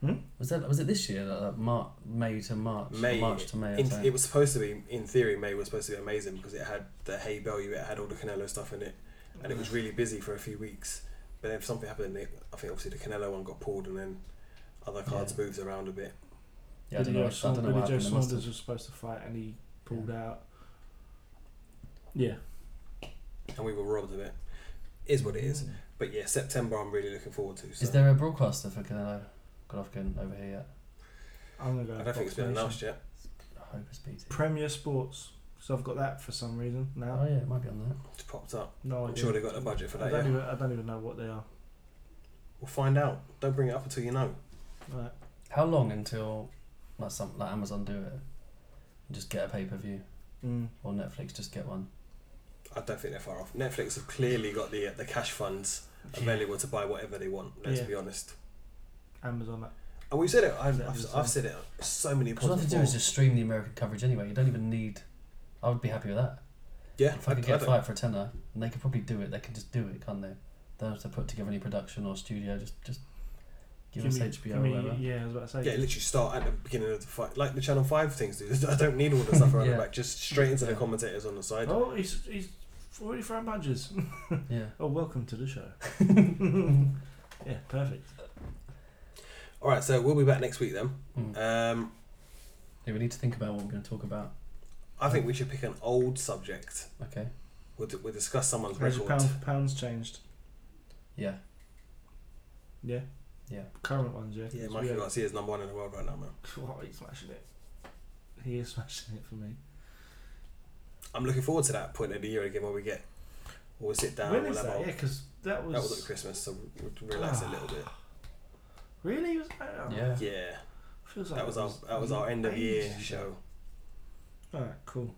E: Hmm?
D: Was that was it this year? Like, like Mar- May to March. or
C: May,
D: March to May. or
C: In,
D: something?
C: it was supposed to be, in theory, May was supposed to be amazing because it had the hay value, it had all the Canelo stuff in it, and it was
E: Mm.
C: really busy for a few weeks. But then something happened, and it, I think obviously the Canelo one got pulled, and then other cards
D: Yeah.
C: moved around a bit.
D: yeah, I don't
E: Billy
D: know.
E: Joe
D: I don't
E: Saunders-
D: know what
E: Billy Joe
D: happened. They must
E: Saunders
D: have-
E: was supposed to fight and he pulled out. Yeah.
C: and we were robbed of it. Is what it
E: Mm.
C: is. But yeah, September I'm really looking forward to. So.
D: Is there a broadcaster for Canelo Golovkin over here yet?
E: I'm gonna go.
C: I don't think it's been
E: Box Nation.
C: announced yet.
D: I hope it's BT.
E: Premier Sports. So I've got that for some reason now.
D: Oh yeah, it might be on there.
C: It's popped up.
E: No
C: I'm
E: idea.
C: sure they got the budget for
E: Oh, I
C: that.
E: don't
C: Yeah.
E: even. I don't even know what they are.
C: We'll find out. Don't bring it up until you know.
E: Right.
D: How long until like some like Amazon do it? And just get a pay per view
E: Mm.
D: or Netflix just get one.
C: I don't think they're far off. Netflix have clearly got the uh, the cash funds available to buy whatever they want. Let's
E: Yeah.
C: be honest.
E: Amazon.
C: And we've said it. I've,
E: That
C: I've,
E: is,
C: I've
E: uh,
C: said it so many
D: 'Cause All I
C: times
D: have to
C: before.
D: do is just stream the American coverage anyway. You don't even need. I would be happy with that.
C: yeah,
D: If
C: I,
D: I
C: I
D: could get
C: don't-
D: fired for a tenner, and they could probably do it. They could just do it, can't they? They don't have to put together any production or studio. Just just give, us
E: me-
D: HBO
E: give
D: or
E: me-
D: whatever.
E: Yeah, I was about to say.
C: Yeah, literally start at the beginning of the fight, like the Channel Five things do. [laughs] I don't need all the stuff around
D: Yeah.
C: the back. Just straight into the
D: Yeah.
C: commentators on the side.
E: Oh, he's he's already throwing badges.
D: Yeah.
E: oh, welcome to
C: [laughs]
E: the show. yeah, perfect.
C: All right, so we'll be back next week then.
D: Mm.
C: Um,
D: yeah. We need to think about what we're going to talk about.
C: I think we should pick an old subject.
D: Okay.
C: We'll, d- we'll discuss someone's
E: Where's your
C: record.
E: pound, pounds changed?
D: Yeah.
E: Yeah.
D: Yeah. [laughs]
E: Current ones, yeah.
C: Yeah,
E: So
C: Michael
E: we had-
C: Garcia is number one in the world right now, man.
E: Oh, he's smashing it. He is [laughs] smashing it for me.
C: I'm looking forward to that point of the year again where we get, we'll sit down.
E: when
C: we'll
E: is
C: have
E: that?
C: our-
E: Yeah, because that was,
C: That was at Christmas, so we'll relax a little bit.
E: really was. that?
D: Yeah.
C: Yeah,
E: Feels like
C: that was our that was our end of year show.
E: Alright, cool.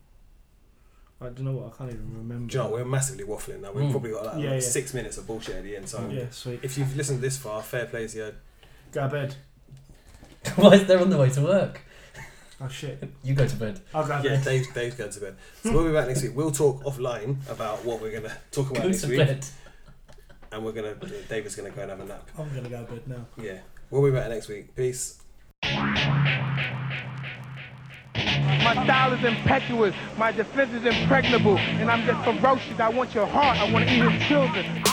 E: I do you know what? I can't even remember.
C: John, we're massively waffling now. We've
D: Mm.
C: probably got like
E: Yeah, yeah.
C: six minutes of bullshit at the end. So
E: yeah, sweet.
C: if you've listened this far, fair play to you.
E: Go to bed.
D: Why is they on the way to work?
E: Oh shit.
D: You go to bed.
E: I'll go to
C: Yeah,
E: bed.
C: Dave's, Dave's going to bed. So we'll be back next week. We'll talk offline about what we're gonna talk about
D: go
C: next
D: to
C: week,
D: bed.
C: and we're gonna Dave is gonna go and have a nap.
E: I'm gonna go to bed now.
C: Yeah, we'll be back next week. Peace.
A: My style is impetuous, my defense is impregnable, and I'm just ferocious. I want your heart, I want to eat his children.